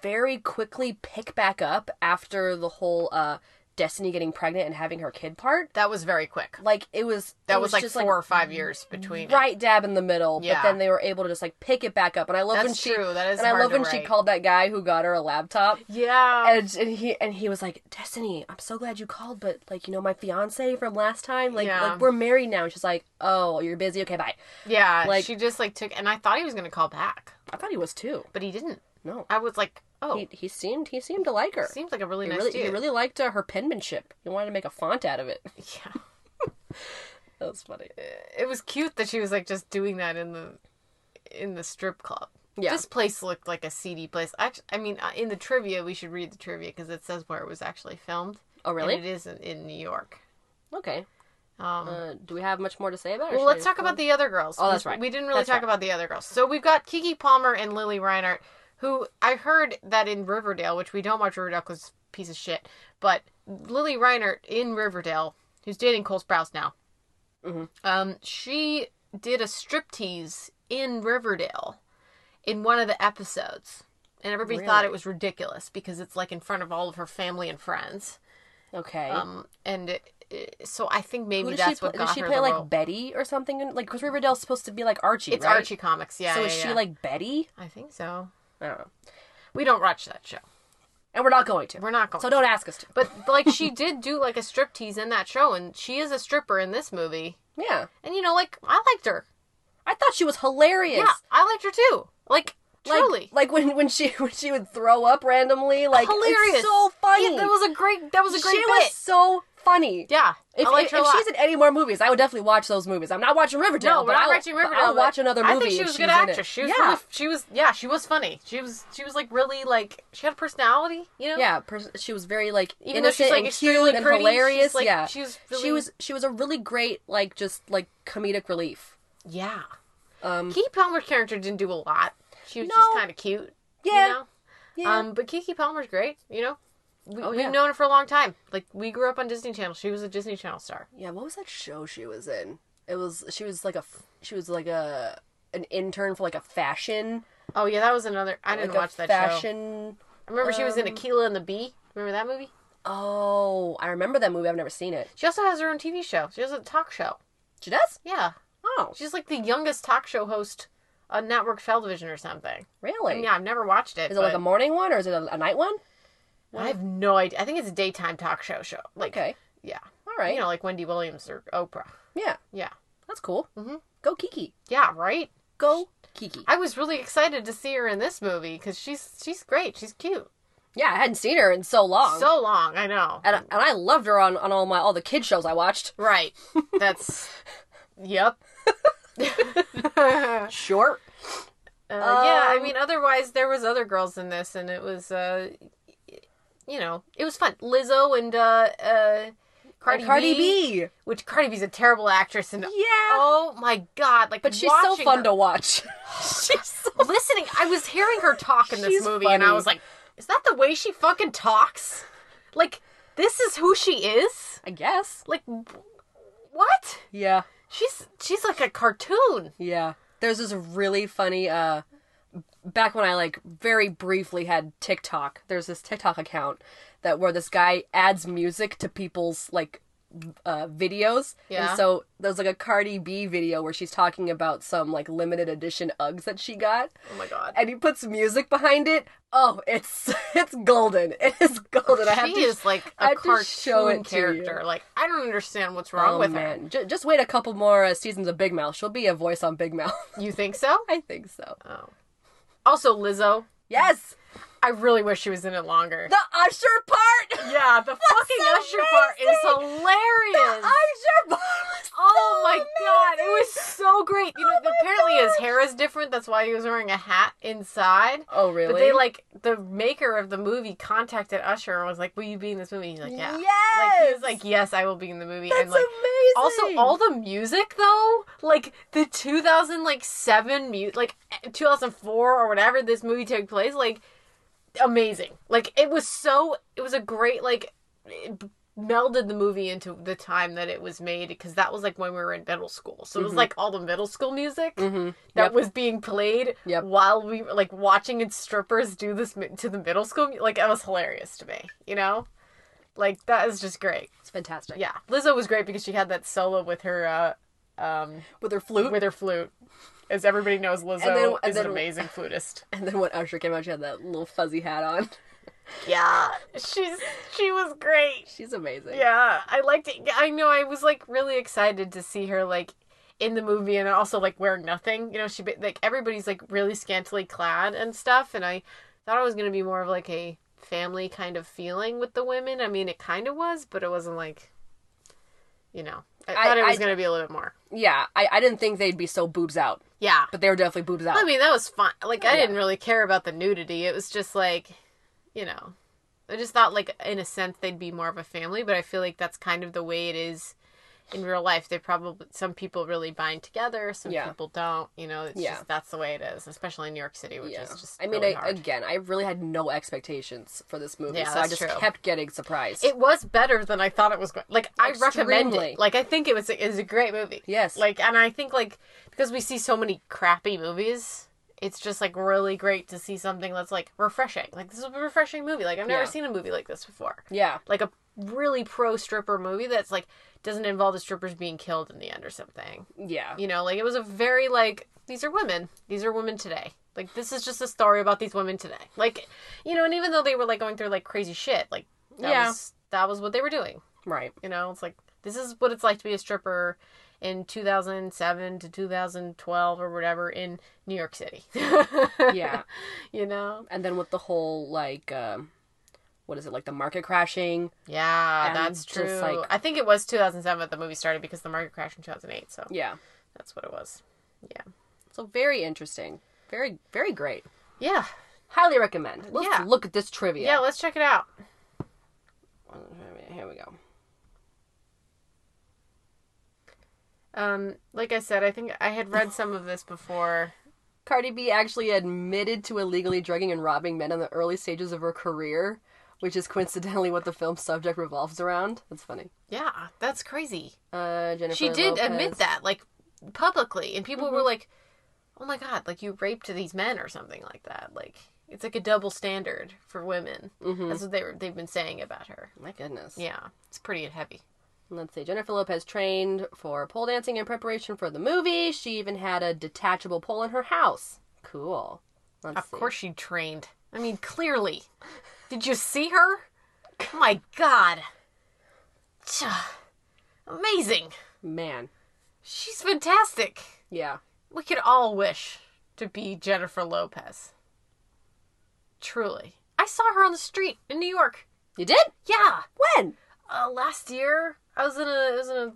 [SPEAKER 1] very quickly pick back up after the whole uh Destiny getting pregnant and having her kid part.
[SPEAKER 2] That was very quick.
[SPEAKER 1] Like it was
[SPEAKER 2] That
[SPEAKER 1] it
[SPEAKER 2] was, like
[SPEAKER 1] just,
[SPEAKER 2] four or five years between. it.
[SPEAKER 1] right dab in the middle,
[SPEAKER 2] Yeah.
[SPEAKER 1] but then they were able to just like pick it back up. And I love when
[SPEAKER 2] That's
[SPEAKER 1] she
[SPEAKER 2] true. That is
[SPEAKER 1] and I
[SPEAKER 2] hard
[SPEAKER 1] love
[SPEAKER 2] to
[SPEAKER 1] when she
[SPEAKER 2] write.
[SPEAKER 1] called that guy who got her a laptop.
[SPEAKER 2] Yeah.
[SPEAKER 1] And, and he and he was like, Destiny, I'm so glad you called, but like you know my fiance from last time, like,
[SPEAKER 2] Yeah.
[SPEAKER 1] like we're married now. And she's like, oh, you're busy. Okay, bye.
[SPEAKER 2] yeah.
[SPEAKER 1] like-
[SPEAKER 2] she just like took, and I thought he was gonna call back,
[SPEAKER 1] I thought he was too.
[SPEAKER 2] but he didn't.
[SPEAKER 1] No,
[SPEAKER 2] I was like, oh,
[SPEAKER 1] he he seemed he seemed to like her.
[SPEAKER 2] seems like a really
[SPEAKER 1] he
[SPEAKER 2] nice
[SPEAKER 1] really
[SPEAKER 2] dude.
[SPEAKER 1] he really liked uh, her penmanship. He wanted to make a font out of it.
[SPEAKER 2] yeah.
[SPEAKER 1] That was funny.
[SPEAKER 2] It was cute that she was like just doing that in the in the strip club.
[SPEAKER 1] Yeah.
[SPEAKER 2] This place looked like a seedy place. Actually, I mean, uh, in the trivia, we should read the trivia because it says where it was actually filmed.
[SPEAKER 1] Oh really?
[SPEAKER 2] And it is in, in New York.
[SPEAKER 1] okay.
[SPEAKER 2] Um,
[SPEAKER 1] Uh, do we have much more to say about it?
[SPEAKER 2] Well, let's talk about the other girls.
[SPEAKER 1] Oh, that's
[SPEAKER 2] We-
[SPEAKER 1] right.
[SPEAKER 2] We didn't really
[SPEAKER 1] That's
[SPEAKER 2] talk
[SPEAKER 1] right.
[SPEAKER 2] about the other girls. So we've got Kiki Palmer and Lily Reinhart, who I heard that in Riverdale, which we don't watch Riverdale because piece of shit, but Lily Reinhart in Riverdale, who's dating Cole Sprouse now,
[SPEAKER 1] Mm-hmm.
[SPEAKER 2] um, she did a striptease in Riverdale in one of the episodes. And everybody thought
[SPEAKER 1] Really?
[SPEAKER 2] it was ridiculous because it's like in front of all of her family and friends.
[SPEAKER 1] Okay.
[SPEAKER 2] Um, and it, it- so I think maybe
[SPEAKER 1] Who does she
[SPEAKER 2] that's
[SPEAKER 1] play?
[SPEAKER 2] what got
[SPEAKER 1] Does she
[SPEAKER 2] her
[SPEAKER 1] play
[SPEAKER 2] the
[SPEAKER 1] like
[SPEAKER 2] role.
[SPEAKER 1] Betty or something? And, Like, because Riverdale's supposed to be like Archie,
[SPEAKER 2] It's
[SPEAKER 1] right?
[SPEAKER 2] Archie Comics, yeah.
[SPEAKER 1] so
[SPEAKER 2] yeah,
[SPEAKER 1] is she
[SPEAKER 2] yeah.
[SPEAKER 1] like Betty?
[SPEAKER 2] I think so.
[SPEAKER 1] I don't know.
[SPEAKER 2] We don't watch that show.
[SPEAKER 1] And we're not going to.
[SPEAKER 2] We're not going.
[SPEAKER 1] So don't ask us to.
[SPEAKER 2] But like she did do like a striptease in that show, and she is a stripper in this movie.
[SPEAKER 1] Yeah,
[SPEAKER 2] And you know, like I liked her.
[SPEAKER 1] I thought she was hilarious.
[SPEAKER 2] Yeah, I liked her too. Like
[SPEAKER 1] Like,
[SPEAKER 2] truly.
[SPEAKER 1] like when when she when she would throw up randomly, like
[SPEAKER 2] Hilarious.
[SPEAKER 1] It's so funny.
[SPEAKER 2] Yeah, that was a great. That was a great
[SPEAKER 1] she
[SPEAKER 2] bit.
[SPEAKER 1] was so funny.
[SPEAKER 2] Yeah,
[SPEAKER 1] If,
[SPEAKER 2] I
[SPEAKER 1] if,
[SPEAKER 2] liked her a
[SPEAKER 1] if
[SPEAKER 2] lot.
[SPEAKER 1] she's in any more movies, I would definitely watch those movies. I'm not watching Riverdale,
[SPEAKER 2] no,
[SPEAKER 1] but
[SPEAKER 2] we're not
[SPEAKER 1] I'll,
[SPEAKER 2] watching
[SPEAKER 1] but
[SPEAKER 2] Riverdale.
[SPEAKER 1] I'll
[SPEAKER 2] but
[SPEAKER 1] watch another movie.
[SPEAKER 2] I think she
[SPEAKER 1] if
[SPEAKER 2] was a
[SPEAKER 1] she's
[SPEAKER 2] good
[SPEAKER 1] in it.
[SPEAKER 2] actress. She was
[SPEAKER 1] yeah,
[SPEAKER 2] really. She was. Yeah, she was funny. She was. She was like really like. She had a personality. You know.
[SPEAKER 1] yeah. Pers- she was very like
[SPEAKER 2] Even though
[SPEAKER 1] innocent
[SPEAKER 2] she's like
[SPEAKER 1] and
[SPEAKER 2] extremely
[SPEAKER 1] cute and
[SPEAKER 2] pretty, she's,
[SPEAKER 1] hilarious.
[SPEAKER 2] like-
[SPEAKER 1] yeah,
[SPEAKER 2] she was
[SPEAKER 1] she
[SPEAKER 2] really-
[SPEAKER 1] was she was a really great like just like comedic relief.
[SPEAKER 2] Yeah.
[SPEAKER 1] Um,
[SPEAKER 2] Kiki Palmer's character didn't do a lot. She was
[SPEAKER 1] No.
[SPEAKER 2] just kind of cute.
[SPEAKER 1] Yeah.
[SPEAKER 2] You know?
[SPEAKER 1] Yeah.
[SPEAKER 2] Um, but Kiki Palmer's great. You know, we,
[SPEAKER 1] Oh,
[SPEAKER 2] we've
[SPEAKER 1] yeah.
[SPEAKER 2] known her for a long time. Like we grew up on Disney Channel. She was a Disney Channel star.
[SPEAKER 1] Yeah, what was that show she was in? It was she was like a f- she was like a an intern for like a fashion
[SPEAKER 2] Oh yeah, that was another. I didn't
[SPEAKER 1] like
[SPEAKER 2] watch
[SPEAKER 1] a
[SPEAKER 2] that show.
[SPEAKER 1] fashion. Um,
[SPEAKER 2] I remember she was in Aquila and the Bee. Remember that movie?
[SPEAKER 1] Oh, I remember that movie. I've never seen it.
[SPEAKER 2] She also has her own TV show. She has a talk show.
[SPEAKER 1] She does?
[SPEAKER 2] Yeah,
[SPEAKER 1] Oh,
[SPEAKER 2] she's like the youngest talk show host on network television or something.
[SPEAKER 1] really?
[SPEAKER 2] I mean, yeah, I've never watched it.
[SPEAKER 1] Is it like
[SPEAKER 2] but
[SPEAKER 1] a morning one or is it a, a night one?
[SPEAKER 2] I have no idea. I think it's a daytime talk show show. Like,
[SPEAKER 1] Okay,
[SPEAKER 2] yeah,
[SPEAKER 1] all right.
[SPEAKER 2] you know, like Wendy Williams or Oprah.
[SPEAKER 1] yeah,
[SPEAKER 2] Yeah,
[SPEAKER 1] that's cool. Mm-hmm. Go Kiki.
[SPEAKER 2] yeah, right.
[SPEAKER 1] Go Kiki.
[SPEAKER 2] I was really excited to see her in this movie because she's she's great. She's cute.
[SPEAKER 1] yeah, I hadn't seen her in so long.
[SPEAKER 2] So long, I know.
[SPEAKER 1] and, and I loved her on, on all my all the kid shows I watched.
[SPEAKER 2] Right. That's. yep.
[SPEAKER 1] Sure.
[SPEAKER 2] Uh,
[SPEAKER 1] Um,
[SPEAKER 2] yeah, I mean, otherwise there was other girls in this, and it was, uh, you know, it was fun. Lizzo and uh, uh, Cardi,
[SPEAKER 1] Cardi
[SPEAKER 2] B,
[SPEAKER 1] B.
[SPEAKER 2] which Cardi B's a terrible actress, and yeah. Oh my god, like,
[SPEAKER 1] But she's so fun to watch.
[SPEAKER 2] she's so... listening. I was hearing her talk in this
[SPEAKER 1] She's
[SPEAKER 2] movie, and I
[SPEAKER 1] funny.
[SPEAKER 2] was like, is that the way she fucking talks? Like, this is who she is.
[SPEAKER 1] I guess.
[SPEAKER 2] Like, what?
[SPEAKER 1] Yeah.
[SPEAKER 2] She's she's like a cartoon.
[SPEAKER 1] Yeah. There's this really funny uh back when I like very briefly had TikTok. There's this TikTok account that where this guy adds music to people's like uh videos.
[SPEAKER 2] Yeah.
[SPEAKER 1] And so there's like a Cardi B video where she's talking about some like limited edition Uggs that she got.
[SPEAKER 2] Oh my god.
[SPEAKER 1] And he puts music behind it. Oh, it's it's golden. It is golden. I have
[SPEAKER 2] she
[SPEAKER 1] to
[SPEAKER 2] is like
[SPEAKER 1] I
[SPEAKER 2] a
[SPEAKER 1] have to
[SPEAKER 2] cartoon
[SPEAKER 1] show it to
[SPEAKER 2] character.
[SPEAKER 1] you.
[SPEAKER 2] Like I don't understand what's wrong
[SPEAKER 1] Oh
[SPEAKER 2] with
[SPEAKER 1] man, Ju- just wait a couple more uh, seasons of Big Mouth. She'll be a voice on Big Mouth.
[SPEAKER 2] her. You think so?
[SPEAKER 1] I think so.
[SPEAKER 2] Oh. Also, Lizzo.
[SPEAKER 1] Yes,
[SPEAKER 2] I really wish she was in it longer.
[SPEAKER 1] the Usher part.
[SPEAKER 2] yeah, the fucking Usher part is
[SPEAKER 1] amazing!
[SPEAKER 2] hilarious.
[SPEAKER 1] Usher part. was
[SPEAKER 2] oh my
[SPEAKER 1] so
[SPEAKER 2] god, it
[SPEAKER 1] amazing! Oh
[SPEAKER 2] was so great. You know, apparently his hair is different. That's why he was wearing a hat inside.
[SPEAKER 1] Oh really?
[SPEAKER 2] But they like the maker of the movie contacted Usher and was like, "Will you be in this movie?" He's like, "Yeah." Like he was
[SPEAKER 1] Yes!
[SPEAKER 2] like, "Yes, I will be in the movie."
[SPEAKER 1] That's
[SPEAKER 2] and like
[SPEAKER 1] amazing.
[SPEAKER 2] also all the music though, like the 2000 like 7 mu- like eh, 2004 or whatever this movie took place, like amazing. Like it was so it was a great like it melded the movie into the time that it was made because that was like when we were in middle school. So it was like all the middle school music that was being played
[SPEAKER 1] Yep.
[SPEAKER 2] while we were like watching its strippers do this mi- to the middle school. mu- Like it was hilarious to me, you know? Like that is just great.
[SPEAKER 1] It's fantastic.
[SPEAKER 2] Yeah, Lizzo was great because she had that solo with her uh, um,
[SPEAKER 1] With her flute.
[SPEAKER 2] with her flute. As everybody knows, Lizzo
[SPEAKER 1] then- and
[SPEAKER 2] is
[SPEAKER 1] then-
[SPEAKER 2] an amazing flutist.
[SPEAKER 1] and then when Usher came out, she had that little fuzzy hat on.
[SPEAKER 2] Yeah, she's she was great.
[SPEAKER 1] She's amazing.
[SPEAKER 2] Yeah, I liked it. Yeah, I know. I was like really excited to see her like in the movie and also like wearing nothing. You know, she be- like everybody's like really scantily clad and stuff. And I thought it was gonna be more of like a family kind of feeling with the women. I mean, it kind of was, but it wasn't like, you know, I,
[SPEAKER 1] I-
[SPEAKER 2] thought it was
[SPEAKER 1] I-
[SPEAKER 2] gonna be a little bit more.
[SPEAKER 1] Yeah, I, I didn't think they'd be so boobs out,
[SPEAKER 2] Yeah,
[SPEAKER 1] but they were definitely boobs out.
[SPEAKER 2] I mean, that was fun. Like, I
[SPEAKER 1] yeah.
[SPEAKER 2] didn't really care about the nudity. It was just like, you know, I just thought, like, in a sense, they'd be more of a family, but I feel like that's kind of the way it is in real life. They probably, some people really bind together, some
[SPEAKER 1] Yeah.
[SPEAKER 2] people don't. You know, it's
[SPEAKER 1] Yeah.
[SPEAKER 2] just, that's the way it is, especially in New York City, which
[SPEAKER 1] yeah.
[SPEAKER 2] is just,
[SPEAKER 1] I mean,
[SPEAKER 2] really
[SPEAKER 1] I,
[SPEAKER 2] hard.
[SPEAKER 1] again, I really had no expectations for this movie,
[SPEAKER 2] Yeah,
[SPEAKER 1] so I
[SPEAKER 2] that's
[SPEAKER 1] just
[SPEAKER 2] true.
[SPEAKER 1] kept getting surprised.
[SPEAKER 2] It was better than I thought it was going. Like I recommend
[SPEAKER 1] Extremely.
[SPEAKER 2] it. Like I think it was it was a great movie.
[SPEAKER 1] Yes.
[SPEAKER 2] Like and I think like because we see so many crappy movies, it's just like really great to see something that's like refreshing. Like this is a refreshing movie. Like I've never
[SPEAKER 1] Yeah.
[SPEAKER 2] seen a movie like this before.
[SPEAKER 1] yeah,
[SPEAKER 2] Like a really pro stripper movie that's like doesn't involve the strippers being killed in the end or something.
[SPEAKER 1] yeah,
[SPEAKER 2] You know, like it was a very like these are women. These are women today. Like this is just a story about these women today. Like you know, and even though they were like going through like crazy shit, like that
[SPEAKER 1] Yeah.
[SPEAKER 2] was that was what they were doing.
[SPEAKER 1] right.
[SPEAKER 2] You know, it's like this is what it's like to be a stripper in 2007 to 2012 or whatever in New York City.
[SPEAKER 1] Yeah,
[SPEAKER 2] you know?
[SPEAKER 1] and then with the whole like, um, what is it like the market crashing?
[SPEAKER 2] Yeah,
[SPEAKER 1] And
[SPEAKER 2] that's
[SPEAKER 1] just,
[SPEAKER 2] true.
[SPEAKER 1] like-
[SPEAKER 2] I think it was 2007 that the movie started because the market crashed in 2008, so
[SPEAKER 1] Yeah,
[SPEAKER 2] that's what it was.
[SPEAKER 1] so very interesting, very very great.
[SPEAKER 2] Yeah.
[SPEAKER 1] Highly recommend. Let's
[SPEAKER 2] Yeah.
[SPEAKER 1] look at this trivia.
[SPEAKER 2] Yeah, let's check it out.
[SPEAKER 1] Here we go.
[SPEAKER 2] Um like I said, I think I had read some of this before.
[SPEAKER 1] Cardi B actually admitted to illegally drugging and robbing men in the early stages of her career, which is coincidentally what the film's subject revolves around. That's funny.
[SPEAKER 2] Yeah, that's crazy.
[SPEAKER 1] Uh, Jennifer
[SPEAKER 2] she did admit
[SPEAKER 1] Lopez.
[SPEAKER 2] that like publicly and people were like oh my god like you raped these men or something like that like it's like a double standard for women that's what they were, they've been saying about her
[SPEAKER 1] My goodness.
[SPEAKER 2] yeah it's pretty heavy
[SPEAKER 1] Let's see. Jennifer Lopez trained for pole dancing in preparation for the movie. She even had a detachable pole in her house. Cool. Let's
[SPEAKER 2] of
[SPEAKER 1] see.
[SPEAKER 2] course she trained i mean clearly did you see her oh my god Tch. amazing
[SPEAKER 1] Man.
[SPEAKER 2] she's fantastic
[SPEAKER 1] Yeah.
[SPEAKER 2] we could all wish to be jennifer lopez truly i saw her on the street in new york
[SPEAKER 1] You did?
[SPEAKER 2] yeah
[SPEAKER 1] When?
[SPEAKER 2] uh, last year I was in a I was in a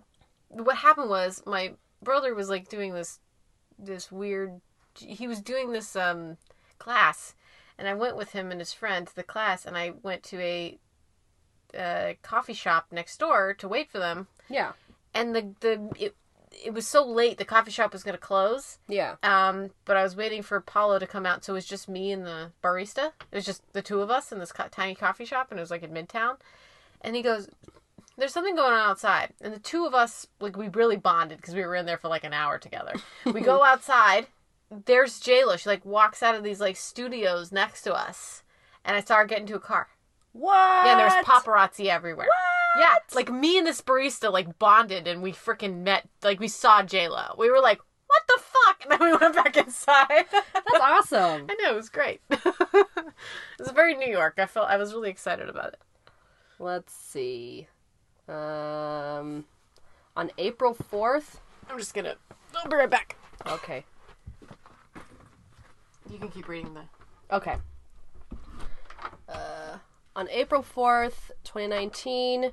[SPEAKER 2] what happened was my brother was like doing this this weird he was doing this um class and I went with him and his friend to the class and I went to a uh, coffee shop next door to wait for them
[SPEAKER 1] Yeah.
[SPEAKER 2] and the the it, it was so late the coffee shop was going to close
[SPEAKER 1] Yeah.
[SPEAKER 2] um, but I was waiting for Paulo to come out, so it was just me and the barista. It was just the two of us in this co- tiny coffee shop, and it was like in Midtown. And he goes, "There's something going on outside." And the two of us, like, we really bonded because we were in there for like an hour together. we go outside. There's J Lo. She like walks out of these like studios next to us, and I saw her get into a car.
[SPEAKER 1] What?
[SPEAKER 2] Yeah, and there was paparazzi everywhere. Yeah, like me and this barista like bonded and we freaking met. Like we saw J Lo. We were like, "What the fuck?" And then we went back inside. I
[SPEAKER 1] That's awesome.
[SPEAKER 2] know it was great. it was very New York. I felt I was really excited about it.
[SPEAKER 1] Let's see. Um, on April 4th.
[SPEAKER 2] I'm just gonna. I'll be right back.
[SPEAKER 1] Okay.
[SPEAKER 2] You can keep reading the.
[SPEAKER 1] Okay. Uh, on April 4th, 2019,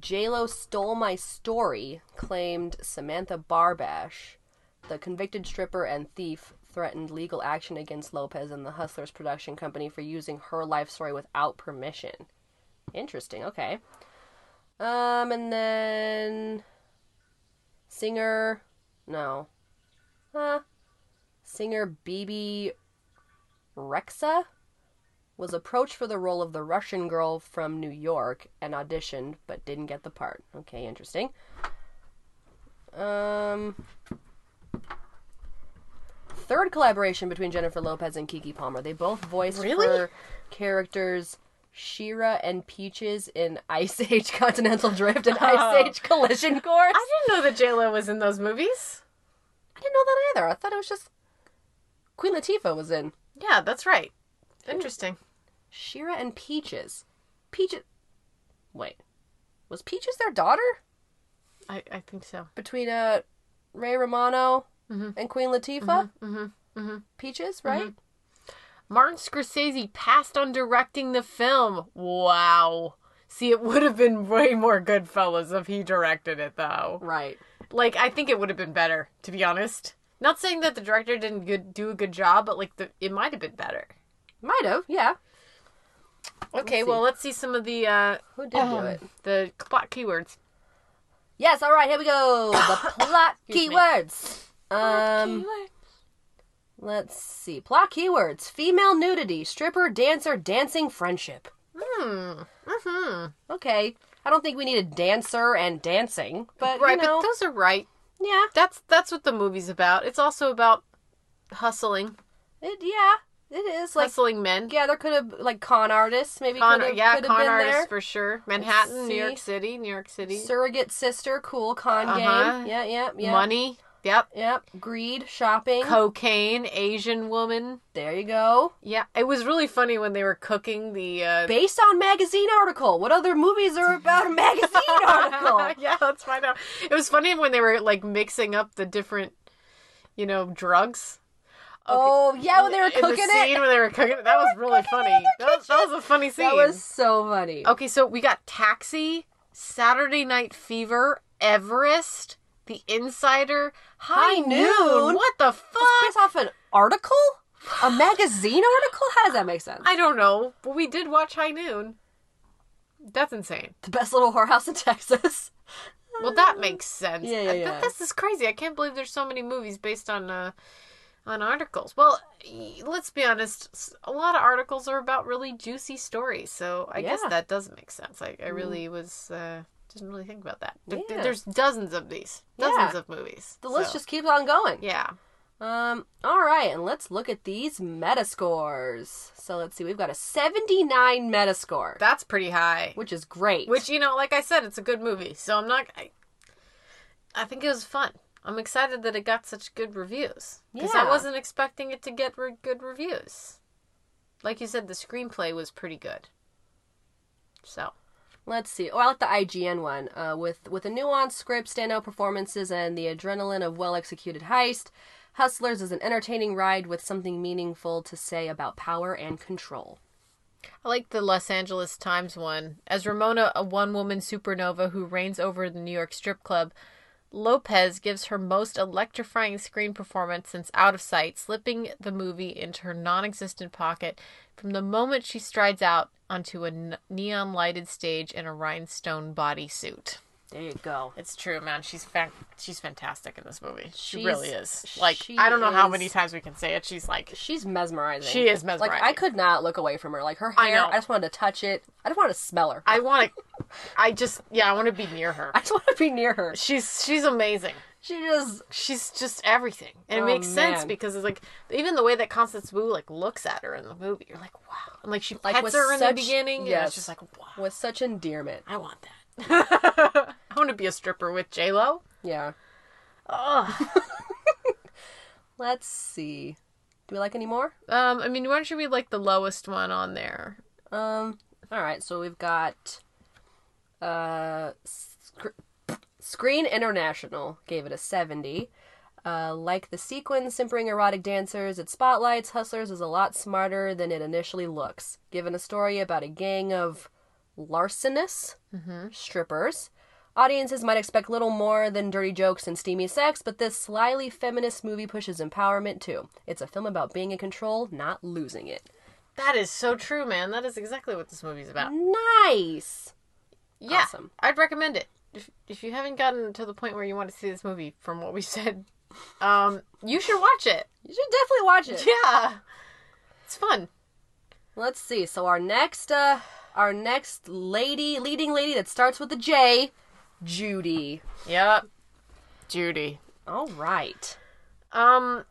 [SPEAKER 1] JLo Stole My Story claimed Samantha Barbash, the convicted stripper and thief, threatened legal action against Lopez and the Hustlers production company for using her life story without permission. Interesting, okay. Um, and then. Singer. No. Huh. Singer BB Rexa was approached for the role of the Russian girl from New York and auditioned but didn't get the part. Okay, interesting. Um third collaboration between Jennifer Lopez and Kiki Palmer. They both voiced
[SPEAKER 2] Really?
[SPEAKER 1] her characters Shira and Peaches in Ice Age Continental Drift and Ice Age Collision Course.
[SPEAKER 2] I didn't know that J Lo was in those movies.
[SPEAKER 1] I didn't know that either. I thought it was just Queen Latifah was in
[SPEAKER 2] Yeah, that's right. Interesting.
[SPEAKER 1] Shira and Peaches. Peaches. Wait, was Peaches their daughter
[SPEAKER 2] I, I think so.
[SPEAKER 1] between uh Ray Romano and Queen Latifah? Mm-hmm. Peaches, right?
[SPEAKER 2] Martin Scorsese passed on directing the film. Wow. See, it would have been way more Goodfellas if he directed it, though.
[SPEAKER 1] Right.
[SPEAKER 2] Like, I think it would have been better, to be honest. Not saying that the director didn't good, do a good job, but like, the, it might have been better.
[SPEAKER 1] Might have. Yeah.
[SPEAKER 2] Okay,
[SPEAKER 1] see. Um,
[SPEAKER 2] well, let's see some of the uh,
[SPEAKER 1] Who did do it?
[SPEAKER 2] the plot keywords.
[SPEAKER 1] Yes, all right, here we go. The plot
[SPEAKER 2] Excuse me.
[SPEAKER 1] keywords. Um, let's see. Plot keywords: female nudity, stripper, dancer, dancing, friendship. Hmm. Mm-hmm. Okay. I don't think we need a dancer and dancing, but
[SPEAKER 2] right,
[SPEAKER 1] you know,
[SPEAKER 2] but those are right.
[SPEAKER 1] yeah,
[SPEAKER 2] That's that's what the movie's about. It's also about hustling,
[SPEAKER 1] it, yeah, it is like
[SPEAKER 2] hustling men.
[SPEAKER 1] yeah. There could have like con artists, maybe
[SPEAKER 2] Con,
[SPEAKER 1] could have
[SPEAKER 2] yeah,
[SPEAKER 1] could
[SPEAKER 2] con
[SPEAKER 1] been
[SPEAKER 2] artists
[SPEAKER 1] there.
[SPEAKER 2] for sure. Manhattan, New York
[SPEAKER 1] see.
[SPEAKER 2] City, New York City.
[SPEAKER 1] Surrogate sister, cool con
[SPEAKER 2] Uh-huh.
[SPEAKER 1] game. Yeah, yeah, yeah.
[SPEAKER 2] Money. Yep.
[SPEAKER 1] Yep. Greed, shopping.
[SPEAKER 2] Cocaine, Asian woman.
[SPEAKER 1] there you go.
[SPEAKER 2] Yeah, it was really funny when they were cooking the. Uh...
[SPEAKER 1] based on magazine article. What other movies are about a magazine article?
[SPEAKER 2] yeah, let's find out. It was funny when they were like mixing up the different, you know, drugs.
[SPEAKER 1] Oh yeah, when they were
[SPEAKER 2] In
[SPEAKER 1] cooking
[SPEAKER 2] the scene
[SPEAKER 1] it. Oh
[SPEAKER 2] when they were cooking it, that was really funny. That was, that was a funny scene.
[SPEAKER 1] That was so funny.
[SPEAKER 2] Okay, so we got Taxi, Saturday Night Fever, Everest, The Insider, High,
[SPEAKER 1] High
[SPEAKER 2] noon.
[SPEAKER 1] Noon.
[SPEAKER 2] What the fuck?
[SPEAKER 1] Based off an article, a magazine article. How does that make sense?
[SPEAKER 2] I don't know, but we did watch High Noon. That's insane.
[SPEAKER 1] the best little whorehouse in Texas.
[SPEAKER 2] Well, that makes sense.
[SPEAKER 1] Yeah, yeah,
[SPEAKER 2] I- but
[SPEAKER 1] yeah.
[SPEAKER 2] This is crazy. I can't believe there's so many movies based on uh, on articles. Well, y- let's be honest. s- A lot of articles are about really juicy stories, so I guess
[SPEAKER 1] Yeah. Mm-hmm.
[SPEAKER 2] that does make sense. I, I really was uh, didn't really think about that. There-
[SPEAKER 1] Yeah.
[SPEAKER 2] There's dozens of these, dozens
[SPEAKER 1] Yeah.
[SPEAKER 2] of movies.
[SPEAKER 1] The list
[SPEAKER 2] so-
[SPEAKER 1] just keeps on going.
[SPEAKER 2] yeah.
[SPEAKER 1] Um. All right, and let's look at these Metascores. So let's see. We've got a 79 Metascore,
[SPEAKER 2] That's pretty high.
[SPEAKER 1] which is great.
[SPEAKER 2] Which you know, like I said, it's a good movie, so I'm not. I, I think it was fun. I'm excited that it got such good reviews because I
[SPEAKER 1] Yeah.
[SPEAKER 2] wasn't expecting it to get re- good reviews. Like you said, the screenplay was pretty good. So
[SPEAKER 1] Let's see. Oh, I like the IGN one. Uh, with with a nuanced script, standout performances, and the adrenaline of well executed heist, Hustlers is an entertaining ride with something meaningful to say about power and control.
[SPEAKER 2] I like the Los Angeles Times one. As Ramona, a one woman supernova who reigns over the New York strip club, Lopez gives her most electrifying screen performance since Out of Sight, slipping the movie into her non existent pocket from the moment she strides out onto a neon lighted stage in a rhinestone bodysuit.
[SPEAKER 1] There you go.
[SPEAKER 2] It's true, man. She's fan- she's fantastic in this movie. She
[SPEAKER 1] She's-
[SPEAKER 2] really is. Like
[SPEAKER 1] she
[SPEAKER 2] I don't know how
[SPEAKER 1] is-
[SPEAKER 2] many times we can say it. She's like
[SPEAKER 1] She's mesmerizing.
[SPEAKER 2] She is mesmerizing.
[SPEAKER 1] Like I could not look away from her. Like her hair.
[SPEAKER 2] I
[SPEAKER 1] I,
[SPEAKER 2] know.
[SPEAKER 1] just wanted to touch it. I just wanted to smell her. I,
[SPEAKER 2] I want to. I just yeah, I want to be near her.
[SPEAKER 1] just want to be near her.
[SPEAKER 2] She's she's amazing.
[SPEAKER 1] She just.
[SPEAKER 2] She's just everything, and it
[SPEAKER 1] Oh,
[SPEAKER 2] makes sense
[SPEAKER 1] man.
[SPEAKER 2] because it's like even the way that Constance Wu like looks at her in the movie, you're like, wow, and like she
[SPEAKER 1] Like,
[SPEAKER 2] pets
[SPEAKER 1] with
[SPEAKER 2] her in
[SPEAKER 1] such-
[SPEAKER 2] the beginning, Yeah, and it's
[SPEAKER 1] yes.
[SPEAKER 2] just like, wow,
[SPEAKER 1] With such endearment.
[SPEAKER 2] I want that. I want to be a stripper with J Lo.
[SPEAKER 1] Yeah. Let's see. Do we like any more?
[SPEAKER 2] Um, I mean, why don't you read like the lowest one on there?
[SPEAKER 1] Um. All right. So we've got, uh, Sc- Screen International gave it a seventy. Uh, like the sequin, simpering erotic dancers at spotlights, Hustlers is a lot smarter than it initially looks. Given a story about a gang of larcenous strippers, audiences might expect little more than dirty jokes and steamy sex, but this slyly feminist movie pushes empowerment too. It's a film about being in control, not losing it.
[SPEAKER 2] That is so true, man. That is exactly what this movie's about.
[SPEAKER 1] Nice!
[SPEAKER 2] Yeah,
[SPEAKER 1] Awesome.
[SPEAKER 2] I'd recommend it. If, if you haven't gotten to the point where you want to see this movie from what we said, um, you should watch it.
[SPEAKER 1] You should definitely watch it.
[SPEAKER 2] Yeah, it's fun.
[SPEAKER 1] Let's see. So our next uh our next lady, leading lady that starts with a J, Judy.
[SPEAKER 2] Yep, Judy.
[SPEAKER 1] All right.
[SPEAKER 2] Um,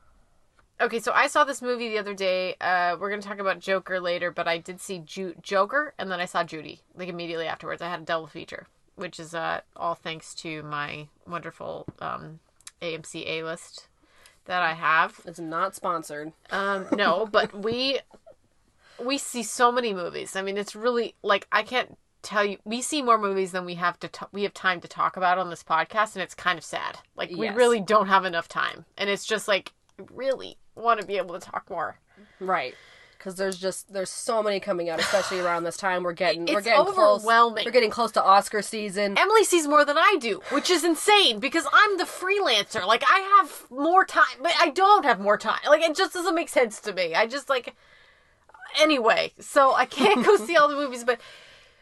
[SPEAKER 2] Okay, so I saw this movie the other day. Uh, we're gonna talk about Joker later, but I did see Ju- Joker, and then I saw Judy like immediately afterwards. I had a double feature, which is uh, all thanks to my wonderful um, AMC A list that I have.
[SPEAKER 1] It's not sponsored.
[SPEAKER 2] Um, no, but we we see so many movies. I mean, it's really like I can't tell you. We see more movies than we have to t- we have time to talk about on this podcast, and it's kind of sad. Like we
[SPEAKER 1] Yes.
[SPEAKER 2] really don't have enough time, and it's just like I really want to be able to talk more.
[SPEAKER 1] Right. Because there's just there's so many coming out, especially around this time. We're getting we're
[SPEAKER 2] It's
[SPEAKER 1] getting
[SPEAKER 2] overwhelming.
[SPEAKER 1] Close, we're getting close to Oscar season.
[SPEAKER 2] Emily sees more than I do, which is insane because I'm the freelancer. Like I have more time, but I don't have more time. Like it just doesn't make sense to me. I just like anyway, so I can't go see all the movies, but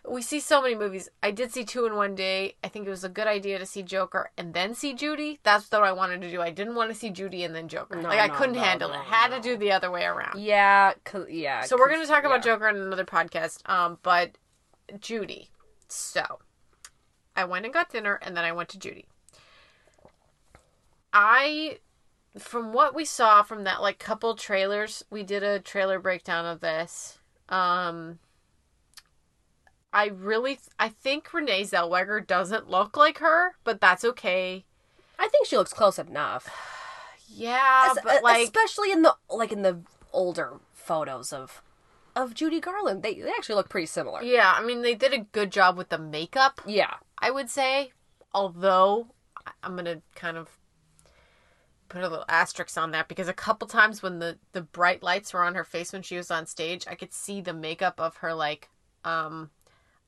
[SPEAKER 2] we see so many movies. I did see two in one day. I think it was a good idea to see Joker and then see Judy. That's what I wanted to do. I didn't want to see Judy and then Joker. like I
[SPEAKER 1] no,
[SPEAKER 2] couldn't
[SPEAKER 1] no,
[SPEAKER 2] handle
[SPEAKER 1] no,
[SPEAKER 2] it. Had to do the other way around.
[SPEAKER 1] Yeah, 'cause- yeah.
[SPEAKER 2] So we're
[SPEAKER 1] 'cause-
[SPEAKER 2] gonna talk about
[SPEAKER 1] yeah.
[SPEAKER 2] Joker on another podcast. Um, but Judy. So I went and got dinner, and then I went to Judy. I, from what we saw from that like couple trailers, we did a trailer breakdown of this. Um, I really, I think Renee Zellweger doesn't look like her, but that's okay.
[SPEAKER 1] I think she looks close enough,
[SPEAKER 2] Yeah,
[SPEAKER 1] Es-
[SPEAKER 2] Uh, but like
[SPEAKER 1] especially in the like in the older photos of of Judy Garland. They they actually look pretty similar. Yeah.
[SPEAKER 2] yeah, I mean they did a good job with the makeup. I would say, although I- I'm gonna kind of put a little asterisk on that because a couple times when the the bright lights were on her face when she was on stage, I could see the makeup of her like um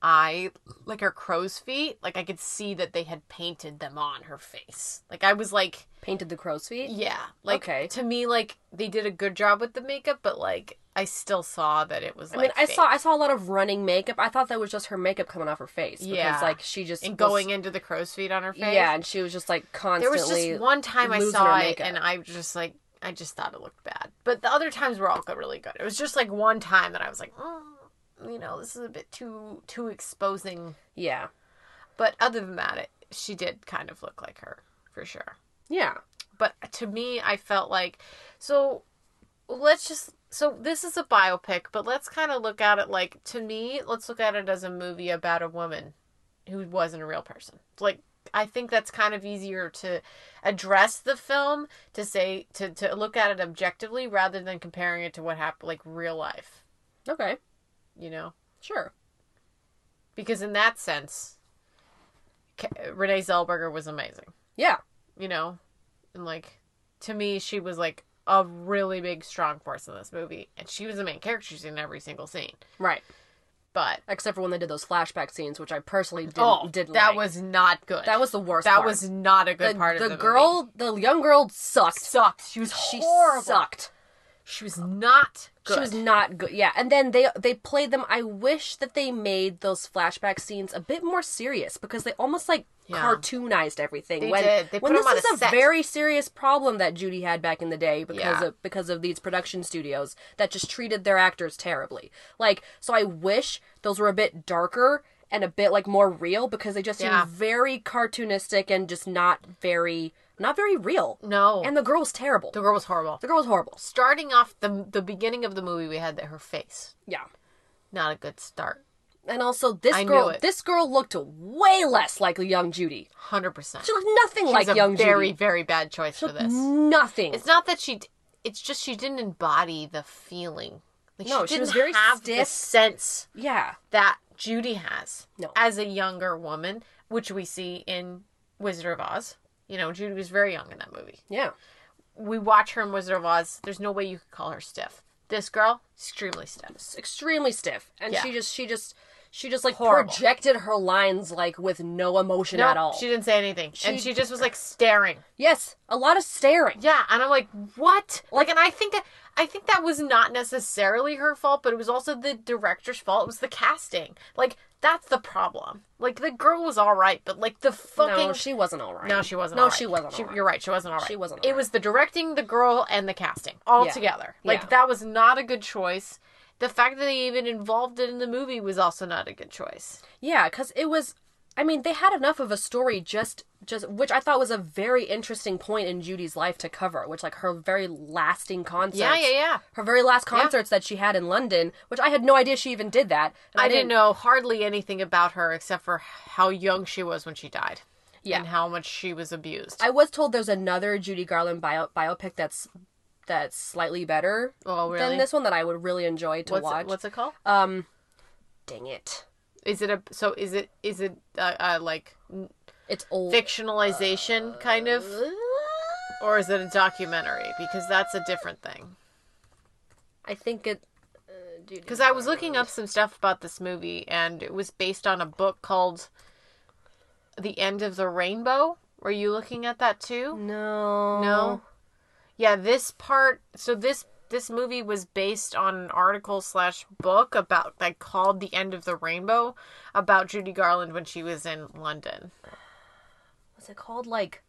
[SPEAKER 2] eye, like her crow's feet. Like I could see that they had painted them on her face. Like I was like,
[SPEAKER 1] Painted the crow's feet.
[SPEAKER 2] yeah, like
[SPEAKER 1] Okay.
[SPEAKER 2] to me, like they did a good job with the makeup, but like I still saw that it was.
[SPEAKER 1] I mean,
[SPEAKER 2] like,
[SPEAKER 1] I
[SPEAKER 2] fake.
[SPEAKER 1] saw I saw a lot of running makeup. I thought that was just her makeup coming off her face. Because,
[SPEAKER 2] Yeah.
[SPEAKER 1] like she just
[SPEAKER 2] and
[SPEAKER 1] was-
[SPEAKER 2] going into the crow's feet on her face.
[SPEAKER 1] Yeah, and she was just like
[SPEAKER 2] There
[SPEAKER 1] constantly.
[SPEAKER 2] was just one time I
[SPEAKER 1] losing
[SPEAKER 2] saw
[SPEAKER 1] her
[SPEAKER 2] it,
[SPEAKER 1] makeup.
[SPEAKER 2] and I was just like, I just thought it looked bad. But the other times were all go- really good. It was just like one time that I was like, mm, you know, this is a bit too too exposing.
[SPEAKER 1] Yeah,
[SPEAKER 2] But other than that, it, she did kind of look like her for sure.
[SPEAKER 1] yeah.
[SPEAKER 2] But to me, I felt like so. Let's just so this is a biopic, but let's kind of look at it like to me. Let's look at it as a movie about a woman who wasn't a real person. Like I think that's kind of easier to address the film to say to to look at it objectively rather than comparing it to what happened like real life,
[SPEAKER 1] Okay,
[SPEAKER 2] you know?
[SPEAKER 1] sure.
[SPEAKER 2] Because in that sense K- Renee Zellweger was amazing,
[SPEAKER 1] Yeah,
[SPEAKER 2] you know? And like to me she was like a really big strong force in this movie and she was the main character she's in every single scene.
[SPEAKER 1] right.
[SPEAKER 2] But
[SPEAKER 1] Except for when they did those flashback scenes, which I personally didn't, didn't
[SPEAKER 2] Oh, that
[SPEAKER 1] like.
[SPEAKER 2] was not good.
[SPEAKER 1] that was the worst.
[SPEAKER 2] that
[SPEAKER 1] part.
[SPEAKER 2] was not a
[SPEAKER 1] the,
[SPEAKER 2] good part of the,
[SPEAKER 1] the
[SPEAKER 2] movie.
[SPEAKER 1] girl. The young girl sucked.
[SPEAKER 2] sucked. She was
[SPEAKER 1] she
[SPEAKER 2] horrible.
[SPEAKER 1] sucked.
[SPEAKER 2] She was not good.
[SPEAKER 1] She was not good. Yeah, and then they they played them. I wish that they made those flashback scenes a bit more serious because they almost like
[SPEAKER 2] Yeah.
[SPEAKER 1] cartoonized everything.
[SPEAKER 2] They
[SPEAKER 1] when
[SPEAKER 2] did. They
[SPEAKER 1] when
[SPEAKER 2] put
[SPEAKER 1] this
[SPEAKER 2] 'em on
[SPEAKER 1] is
[SPEAKER 2] a
[SPEAKER 1] a
[SPEAKER 2] set.
[SPEAKER 1] very serious problem that Judy had back in the day because
[SPEAKER 2] Yeah.
[SPEAKER 1] of because of these production studios that just treated their actors terribly. Like, so I wish those were a bit darker and a bit like more real because they just
[SPEAKER 2] Yeah.
[SPEAKER 1] seemed very cartoonistic and just not very not very real.
[SPEAKER 2] No,
[SPEAKER 1] And the girl was terrible.
[SPEAKER 2] the girl was horrible.
[SPEAKER 1] the girl was horrible.
[SPEAKER 2] Starting off the the beginning of the movie, we had that her face
[SPEAKER 1] Yeah.
[SPEAKER 2] not a good start.
[SPEAKER 1] And also, this
[SPEAKER 2] I knew
[SPEAKER 1] girl,
[SPEAKER 2] it.
[SPEAKER 1] this girl looked way less like young Judy.
[SPEAKER 2] Hundred percent.
[SPEAKER 1] She looked nothing like
[SPEAKER 2] a
[SPEAKER 1] young
[SPEAKER 2] very
[SPEAKER 1] Judy.
[SPEAKER 2] very bad choice for this.
[SPEAKER 1] Nothing.
[SPEAKER 2] It's not that she. d- It's just she didn't embody the feeling. Like,
[SPEAKER 1] No,
[SPEAKER 2] she,
[SPEAKER 1] she was
[SPEAKER 2] didn't
[SPEAKER 1] very
[SPEAKER 2] have the
[SPEAKER 1] stiff.
[SPEAKER 2] sense
[SPEAKER 1] yeah,
[SPEAKER 2] that Judy has
[SPEAKER 1] No.
[SPEAKER 2] as a younger woman, which we see in Wizard of Oz. You know, Judy was very young in that movie.
[SPEAKER 1] yeah,
[SPEAKER 2] we watch her in Wizard of Oz. There's no way you could call her stiff. This girl, extremely stiff.
[SPEAKER 1] It's extremely stiff, and
[SPEAKER 2] Yeah.
[SPEAKER 1] she just, she just, she just like
[SPEAKER 2] Horrible.
[SPEAKER 1] projected her lines like with no emotion at all.
[SPEAKER 2] she didn't say anything, and she just was like staring.
[SPEAKER 1] yes, a lot of staring.
[SPEAKER 2] Yeah, and I'm like, what? Like, and I think I think that was not necessarily her fault, but it was also the director's fault. It was the casting. Like, that's the problem. Like, the girl was all right, but like the fucking
[SPEAKER 1] No, she wasn't all right.
[SPEAKER 2] No, she wasn't.
[SPEAKER 1] No,
[SPEAKER 2] all right.
[SPEAKER 1] she wasn't. all right.
[SPEAKER 2] You're right. She wasn't all right.
[SPEAKER 1] She wasn't all
[SPEAKER 2] It was the directing, the girl, and the casting all
[SPEAKER 1] Yeah.
[SPEAKER 2] together. Like
[SPEAKER 1] Yeah.
[SPEAKER 2] that was not a good choice. The fact that they even involved it in the movie was also not a good choice.
[SPEAKER 1] Yeah, because it was. I mean, they had enough of a story just just which I thought was a very interesting point in Judy's life to cover, which like her very lasting concerts.
[SPEAKER 2] Yeah, yeah, yeah.
[SPEAKER 1] Her very last concerts that she had in London, which I had no idea she even did that. and
[SPEAKER 2] I, didn't know hardly anything about her except for how young she was when she died.
[SPEAKER 1] Yeah.
[SPEAKER 2] And how much she was abused.
[SPEAKER 1] I was told there's another Judy Garland bio- biopic that's that's slightly better
[SPEAKER 2] Oh, really?
[SPEAKER 1] than this one that I would really enjoy to
[SPEAKER 2] what's,
[SPEAKER 1] watch.
[SPEAKER 2] It, what's it called?
[SPEAKER 1] Dang it.
[SPEAKER 2] Uh, is it a so is it is it uh, uh, like
[SPEAKER 1] It's old.
[SPEAKER 2] fictionalization kind of or is it a documentary because that's a different thing.
[SPEAKER 1] I think it uh,
[SPEAKER 2] Cuz I was looking up some stuff about this movie and it was based on a book called The End of the Rainbow. Were you looking at that too?
[SPEAKER 1] No.
[SPEAKER 2] No. Yeah, this part. So this this movie was based on an article slash book about like called "The End of the Rainbow" about Judy Garland when she was in London.
[SPEAKER 1] What's it called? Like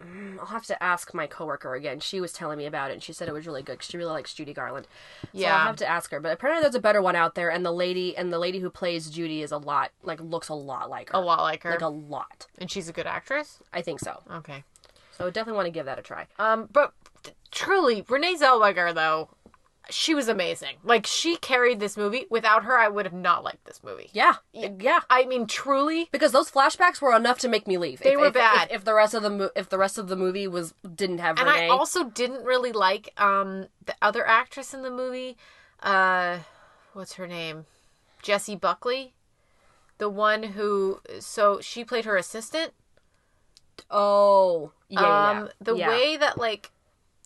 [SPEAKER 1] Mm, I'll have to ask my coworker again. She was telling me about it and she said it was really good 'cause she really likes Judy Garland. So I'll
[SPEAKER 2] Yeah.
[SPEAKER 1] have to ask her. But apparently there's a better one out there and the lady and the lady who plays Judy is a lot like looks a lot like her.
[SPEAKER 2] A lot like her,
[SPEAKER 1] Like a lot.
[SPEAKER 2] and she's a good actress.
[SPEAKER 1] I think so.
[SPEAKER 2] Okay.
[SPEAKER 1] So I definitely want to give that a try.
[SPEAKER 2] Um, but th- truly, Renee Zellweger though, she was amazing. Like she carried this movie. Without her, I would have not liked this movie.
[SPEAKER 1] Yeah. Yeah.
[SPEAKER 2] I mean, truly,
[SPEAKER 1] because those flashbacks were enough to make me leave.
[SPEAKER 2] They
[SPEAKER 1] If-
[SPEAKER 2] were
[SPEAKER 1] if-
[SPEAKER 2] bad.
[SPEAKER 1] If, if the rest of the mo- if the rest of the movie was didn't have
[SPEAKER 2] and
[SPEAKER 1] Renee,
[SPEAKER 2] I also didn't really like um the other actress in the movie. Uh, what's her name? Jessie Buckley, the one who so she played her assistant.
[SPEAKER 1] oh yeah, yeah,
[SPEAKER 2] um, the
[SPEAKER 1] yeah.
[SPEAKER 2] way that like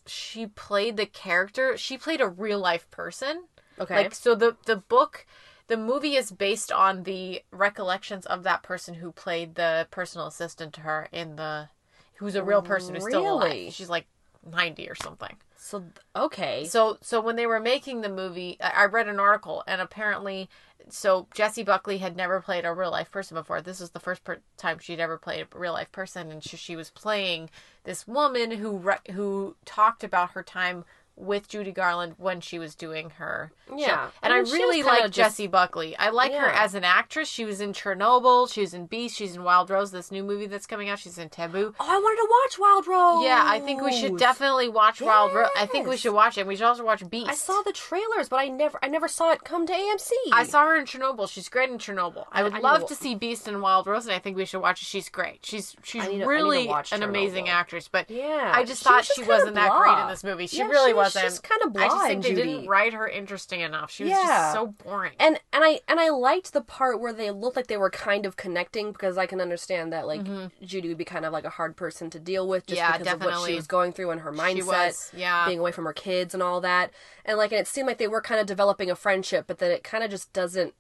[SPEAKER 2] she played the character, she played a real life person.
[SPEAKER 1] okay
[SPEAKER 2] Like so the the book the movie is based on the recollections of that person who played the personal assistant to her in the who's a real person who's still
[SPEAKER 1] Really?
[SPEAKER 2] alive. She's like 90 or something.
[SPEAKER 1] so th- okay
[SPEAKER 2] So so when they were making the movie, I I read an article and apparently so Jessie Buckley had never played a real life person before. This was the first per- time she'd ever played a real life person and she, she was playing this woman who re- who talked about her time with Judy Garland when she was doing her show.
[SPEAKER 1] Yeah.
[SPEAKER 2] And
[SPEAKER 1] I
[SPEAKER 2] I,
[SPEAKER 1] mean, she
[SPEAKER 2] really
[SPEAKER 1] was kinda
[SPEAKER 2] like
[SPEAKER 1] just-
[SPEAKER 2] Jessie Buckley. I like her
[SPEAKER 1] Yeah.
[SPEAKER 2] as an actress. She was in Chernobyl, she was in Beast, she's in Wild Rose, this new movie that's coming out, she's in Taboo.
[SPEAKER 1] oh I wanted to watch Wild Rose.
[SPEAKER 2] Yeah, I think we should definitely watch Wild Rose. I think we
[SPEAKER 1] Oh, Yes.
[SPEAKER 2] should watch it. We should also watch Beast.
[SPEAKER 1] I saw the trailers, but I never I never saw it come to AMC.
[SPEAKER 2] I saw her in Chernobyl. She's great in Chernobyl. I would
[SPEAKER 1] I need
[SPEAKER 2] love
[SPEAKER 1] to-
[SPEAKER 2] to see Beast and Wild Rose, and I think we should watch it. She's great. She's she's
[SPEAKER 1] I need to- I need to
[SPEAKER 2] really
[SPEAKER 1] watch
[SPEAKER 2] an amazing
[SPEAKER 1] Chernobyl.
[SPEAKER 2] actress. But
[SPEAKER 1] Yeah,
[SPEAKER 2] I just
[SPEAKER 1] she
[SPEAKER 2] thought
[SPEAKER 1] was just
[SPEAKER 2] she
[SPEAKER 1] kinda
[SPEAKER 2] wasn't that great
[SPEAKER 1] blah.
[SPEAKER 2] in this movie. She
[SPEAKER 1] Yeah, she
[SPEAKER 2] really
[SPEAKER 1] was
[SPEAKER 2] wasn't.
[SPEAKER 1] just kinda
[SPEAKER 2] I just
[SPEAKER 1] blah
[SPEAKER 2] think
[SPEAKER 1] in
[SPEAKER 2] they
[SPEAKER 1] Judy.
[SPEAKER 2] didn't write her interesting enough. She was
[SPEAKER 1] Yeah.
[SPEAKER 2] just so boring.
[SPEAKER 1] and and I and I liked the part where they looked like they were kind of connecting because I can understand that like Judy would be kind of like a hard person to deal with just
[SPEAKER 2] Mm-hmm. Yeah,
[SPEAKER 1] because of what she
[SPEAKER 2] definitely.
[SPEAKER 1] was going through and her mindset,
[SPEAKER 2] was, yeah.
[SPEAKER 1] being away from her kids and all that, and like and it seemed like they were kind of developing a friendship, but then it kind of just doesn't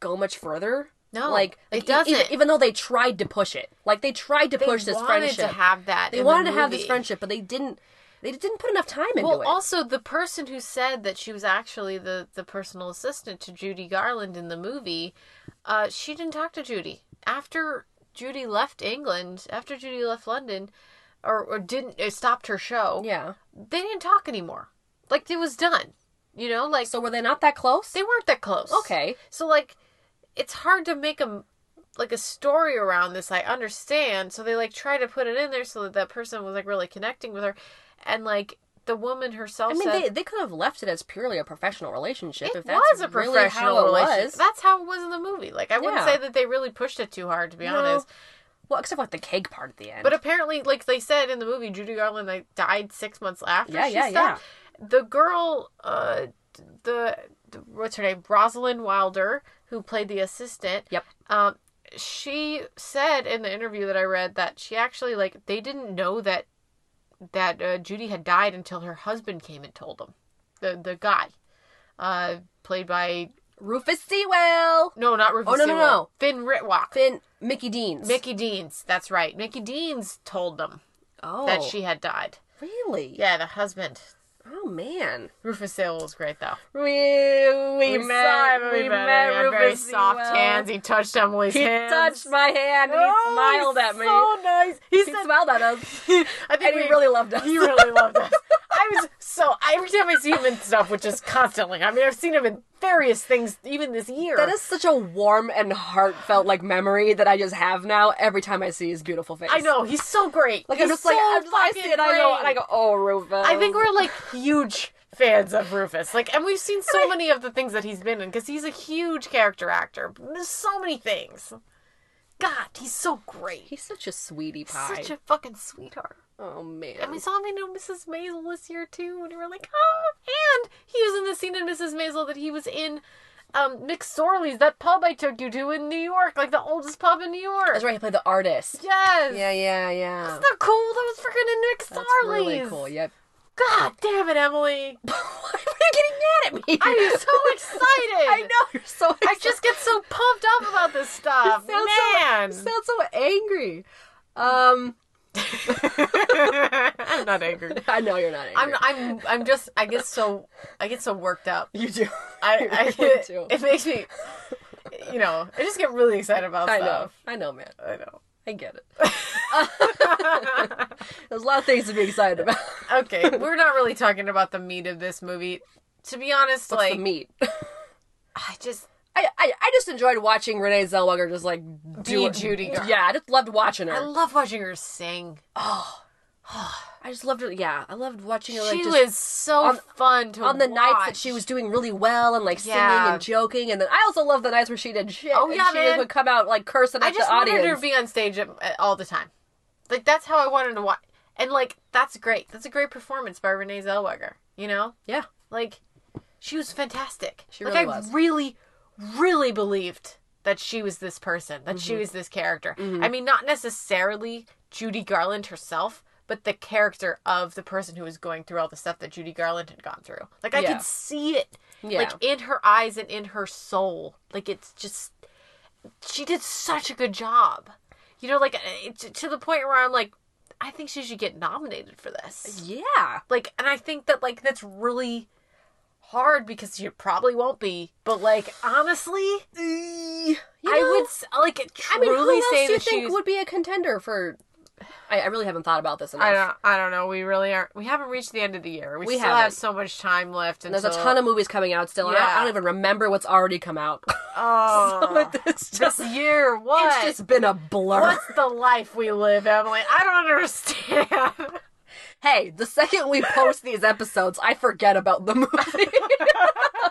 [SPEAKER 1] go much further.
[SPEAKER 2] No,
[SPEAKER 1] like like,
[SPEAKER 2] it
[SPEAKER 1] e- Even,
[SPEAKER 2] doesn't.
[SPEAKER 1] even though they tried to push it, like they tried to
[SPEAKER 2] They
[SPEAKER 1] push this
[SPEAKER 2] wanted
[SPEAKER 1] friendship.
[SPEAKER 2] to have that.
[SPEAKER 1] they
[SPEAKER 2] in the
[SPEAKER 1] wanted to have this
[SPEAKER 2] movie.
[SPEAKER 1] friendship, but they didn't. They didn't put enough time into
[SPEAKER 2] Well,
[SPEAKER 1] it.
[SPEAKER 2] also the person who said that she was actually the the personal assistant to Judy Garland in the movie, uh, she didn't talk to Judy after Judy left England. After Judy left London, or, or didn't uh stopped her show.
[SPEAKER 1] yeah.
[SPEAKER 2] they didn't talk anymore. Like it was done. You know, like
[SPEAKER 1] So were they not that close?
[SPEAKER 2] they weren't that close.
[SPEAKER 1] okay.
[SPEAKER 2] So like, it's hard to make a like a story around this. I understand. So they like try to put it in there so that that person was like really connecting with her, and like the woman herself.
[SPEAKER 1] I mean,
[SPEAKER 2] said,
[SPEAKER 1] they, they could have left it as purely a professional relationship
[SPEAKER 2] it
[SPEAKER 1] if that's
[SPEAKER 2] was a
[SPEAKER 1] really
[SPEAKER 2] professional
[SPEAKER 1] how it
[SPEAKER 2] relationship.
[SPEAKER 1] was.
[SPEAKER 2] That's how it was in the movie. Like I wouldn't
[SPEAKER 1] Yeah.
[SPEAKER 2] say that they really pushed it too hard, to be
[SPEAKER 1] No.
[SPEAKER 2] honest.
[SPEAKER 1] Well, except for like, the cake part at the end.
[SPEAKER 2] But apparently, like they said in the movie, Judy Garland like died six months after.
[SPEAKER 1] Yeah,
[SPEAKER 2] she
[SPEAKER 1] yeah,
[SPEAKER 2] stopped. The girl, uh, the, the what's her name, Rosalind Wilder, who played the assistant.
[SPEAKER 1] Yep.
[SPEAKER 2] Um, she said in the interview that I read that she actually like they didn't know that that uh, Judy had died until her husband came and told them. The the guy, uh, played by
[SPEAKER 1] Rufus Sewell,
[SPEAKER 2] No, not Rufus.
[SPEAKER 1] Oh, no, no, no.
[SPEAKER 2] Sewell. Finn Ritwalk.
[SPEAKER 1] Finn, Mickey Deans.
[SPEAKER 2] Mickey Deans. That's right. Mickey Deans told them
[SPEAKER 1] oh,
[SPEAKER 2] that she had died.
[SPEAKER 1] really?
[SPEAKER 2] Yeah, the husband.
[SPEAKER 1] Oh man,
[SPEAKER 2] Rufus Sewell was great though.
[SPEAKER 1] we we, met
[SPEAKER 2] him,
[SPEAKER 1] we, met,
[SPEAKER 2] He had
[SPEAKER 1] Rufus
[SPEAKER 2] very soft
[SPEAKER 1] Sewell.
[SPEAKER 2] hands. He touched Emily's
[SPEAKER 1] He
[SPEAKER 2] hands.
[SPEAKER 1] touched my hand. and
[SPEAKER 2] Oh,
[SPEAKER 1] he smiled
[SPEAKER 2] he's
[SPEAKER 1] at me.
[SPEAKER 2] So nice. He,
[SPEAKER 1] He
[SPEAKER 2] said,
[SPEAKER 1] smiled at us,
[SPEAKER 2] I think
[SPEAKER 1] and he really loved us.
[SPEAKER 2] He really loved us. I was so every time I see him in stuff, which is constantly. I mean, I've seen him in various things, even this year.
[SPEAKER 1] That is such a warm and heartfelt like memory that I just have now every time I see his beautiful face.
[SPEAKER 2] I know he's so great.
[SPEAKER 1] Like
[SPEAKER 2] he's
[SPEAKER 1] I'm just like
[SPEAKER 2] so
[SPEAKER 1] I'm just, I see
[SPEAKER 2] fucking
[SPEAKER 1] it, I know,
[SPEAKER 2] great.
[SPEAKER 1] and I go, oh, Rufus.
[SPEAKER 2] I think we're like huge fans of Rufus. Like, and we've seen so many of the things that he's been in because he's a huge character actor. There's so many things. God, he's so great.
[SPEAKER 1] he's such a sweetie pie.
[SPEAKER 2] Such a fucking sweetheart.
[SPEAKER 1] oh man.
[SPEAKER 2] And we saw him in Mrs. Maisel this year too, and we were like, oh. And he was in the scene in Mrs. Maisel that he was in. Um, McSorley's, that pub I took you to in New York, like the oldest pub in New York.
[SPEAKER 1] That's right. He played the artist.
[SPEAKER 2] Yes.
[SPEAKER 1] Yeah, yeah, yeah.
[SPEAKER 2] Isn't that cool? That was freaking in
[SPEAKER 1] That's
[SPEAKER 2] McSorley's.
[SPEAKER 1] really cool. Yep.
[SPEAKER 2] God damn it, Emily.
[SPEAKER 1] Why are you getting mad at me?
[SPEAKER 2] I'm so excited.
[SPEAKER 1] I know you're so. Excited.
[SPEAKER 2] I just get so pumped up about this stuff.
[SPEAKER 1] sound
[SPEAKER 2] Man.
[SPEAKER 1] so sound so angry. Um,
[SPEAKER 2] I'm not angry.
[SPEAKER 1] I know you're not angry.
[SPEAKER 2] I'm I'm I'm just I get so I get so worked up.
[SPEAKER 1] You do.
[SPEAKER 2] I, I
[SPEAKER 1] really
[SPEAKER 2] get,
[SPEAKER 1] do.
[SPEAKER 2] it makes me you know, I just get really excited about
[SPEAKER 1] I know.
[SPEAKER 2] stuff.
[SPEAKER 1] I know, man.
[SPEAKER 2] I know.
[SPEAKER 1] I get it. There's a lot of things to be excited about.
[SPEAKER 2] Okay, we're not really talking about the meat of this movie. To be honest,
[SPEAKER 1] What's
[SPEAKER 2] like
[SPEAKER 1] the meat.
[SPEAKER 2] I just
[SPEAKER 1] I, I I just enjoyed watching Renee Zellweger just like do
[SPEAKER 2] Be Judy girl.
[SPEAKER 1] Yeah, I just loved watching her.
[SPEAKER 2] I
[SPEAKER 1] I,
[SPEAKER 2] love watching her sing.
[SPEAKER 1] just loved her. Yeah, I loved watching her. Like,
[SPEAKER 2] she
[SPEAKER 1] just
[SPEAKER 2] was so
[SPEAKER 1] on-
[SPEAKER 2] fun to
[SPEAKER 1] on the nights that
[SPEAKER 2] watch.
[SPEAKER 1] she was doing really well and like
[SPEAKER 2] Yeah.
[SPEAKER 1] singing and joking, and then I also loved the nights where she did shit.
[SPEAKER 2] Oh,
[SPEAKER 1] and
[SPEAKER 2] yeah,
[SPEAKER 1] she
[SPEAKER 2] man.
[SPEAKER 1] would come out like cursing at
[SPEAKER 2] I just
[SPEAKER 1] the
[SPEAKER 2] wanted
[SPEAKER 1] audience.
[SPEAKER 2] her to be on stage at, at- all the time. Like that's how I wanted to watch. And like that's great. That's a great performance by Renee Zellweger. You know,
[SPEAKER 1] yeah,
[SPEAKER 2] like she was fantastic.
[SPEAKER 1] She
[SPEAKER 2] like
[SPEAKER 1] really
[SPEAKER 2] I
[SPEAKER 1] was.
[SPEAKER 2] really, really believed that she was this person. That
[SPEAKER 1] Mm-hmm.
[SPEAKER 2] she was this character. I mean, not necessarily Judy Garland herself. But the character of the person who was going through all the stuff that Judy Garland had gone through. Like, I
[SPEAKER 1] Yeah.
[SPEAKER 2] could see it.
[SPEAKER 1] yeah.
[SPEAKER 2] Like, in her eyes and in her soul. Like, it's just she did such a good job. You know, like uh, to, to the point where I'm like, I think she should get nominated for this.
[SPEAKER 1] yeah.
[SPEAKER 2] Like, and I think that like that's really hard because she probably won't be. But like, honestly, I
[SPEAKER 1] know-
[SPEAKER 2] would s- like
[SPEAKER 1] I mean,
[SPEAKER 2] truly
[SPEAKER 1] who else
[SPEAKER 2] say
[SPEAKER 1] do you
[SPEAKER 2] that she
[SPEAKER 1] think
[SPEAKER 2] was.
[SPEAKER 1] would be a contender for? I, I really haven't thought about this enough.
[SPEAKER 2] I don't. I don't know. We really aren't. We haven't reached the end of the year. We,
[SPEAKER 1] We
[SPEAKER 2] still have
[SPEAKER 1] haven't.
[SPEAKER 2] so much time left.
[SPEAKER 1] And there's a ton of movies coming out still. and I,
[SPEAKER 2] Yeah.
[SPEAKER 1] I don't even remember what's already come out.
[SPEAKER 2] Oh,
[SPEAKER 1] it's
[SPEAKER 2] this
[SPEAKER 1] just
[SPEAKER 2] year, what?
[SPEAKER 1] it's just been a blur.
[SPEAKER 2] What's the life we live, Emily? I don't understand.
[SPEAKER 1] Hey, the second we post these episodes, I forget about the movie.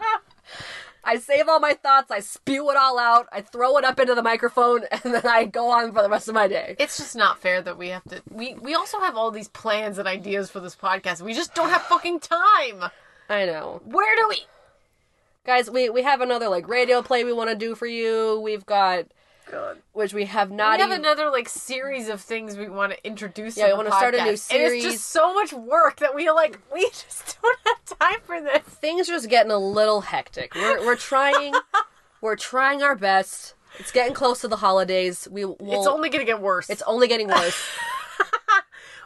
[SPEAKER 1] I save all my thoughts, I spew it all out, I throw it up into the microphone, and then I go on for the rest of my day.
[SPEAKER 2] It's just not fair that we have to. We we also have all these plans and ideas for this podcast. We just don't have fucking time.
[SPEAKER 1] I know.
[SPEAKER 2] Where do we?
[SPEAKER 1] Guys, we, we have another like radio play we want to do for you. We've got
[SPEAKER 2] God.
[SPEAKER 1] which we have
[SPEAKER 2] We
[SPEAKER 1] not
[SPEAKER 2] have
[SPEAKER 1] even
[SPEAKER 2] another like series of things we want to introduce.
[SPEAKER 1] Yeah,
[SPEAKER 2] to
[SPEAKER 1] we
[SPEAKER 2] the
[SPEAKER 1] wanna start a new
[SPEAKER 2] podcast. And it's
[SPEAKER 1] series.
[SPEAKER 2] just so much work that we like. We just don't have time for this.
[SPEAKER 1] things are just getting a little hectic. We're we're trying we're trying our best. It's getting close to the holidays. We will
[SPEAKER 2] it's only gonna get worse.
[SPEAKER 1] it's only getting worse.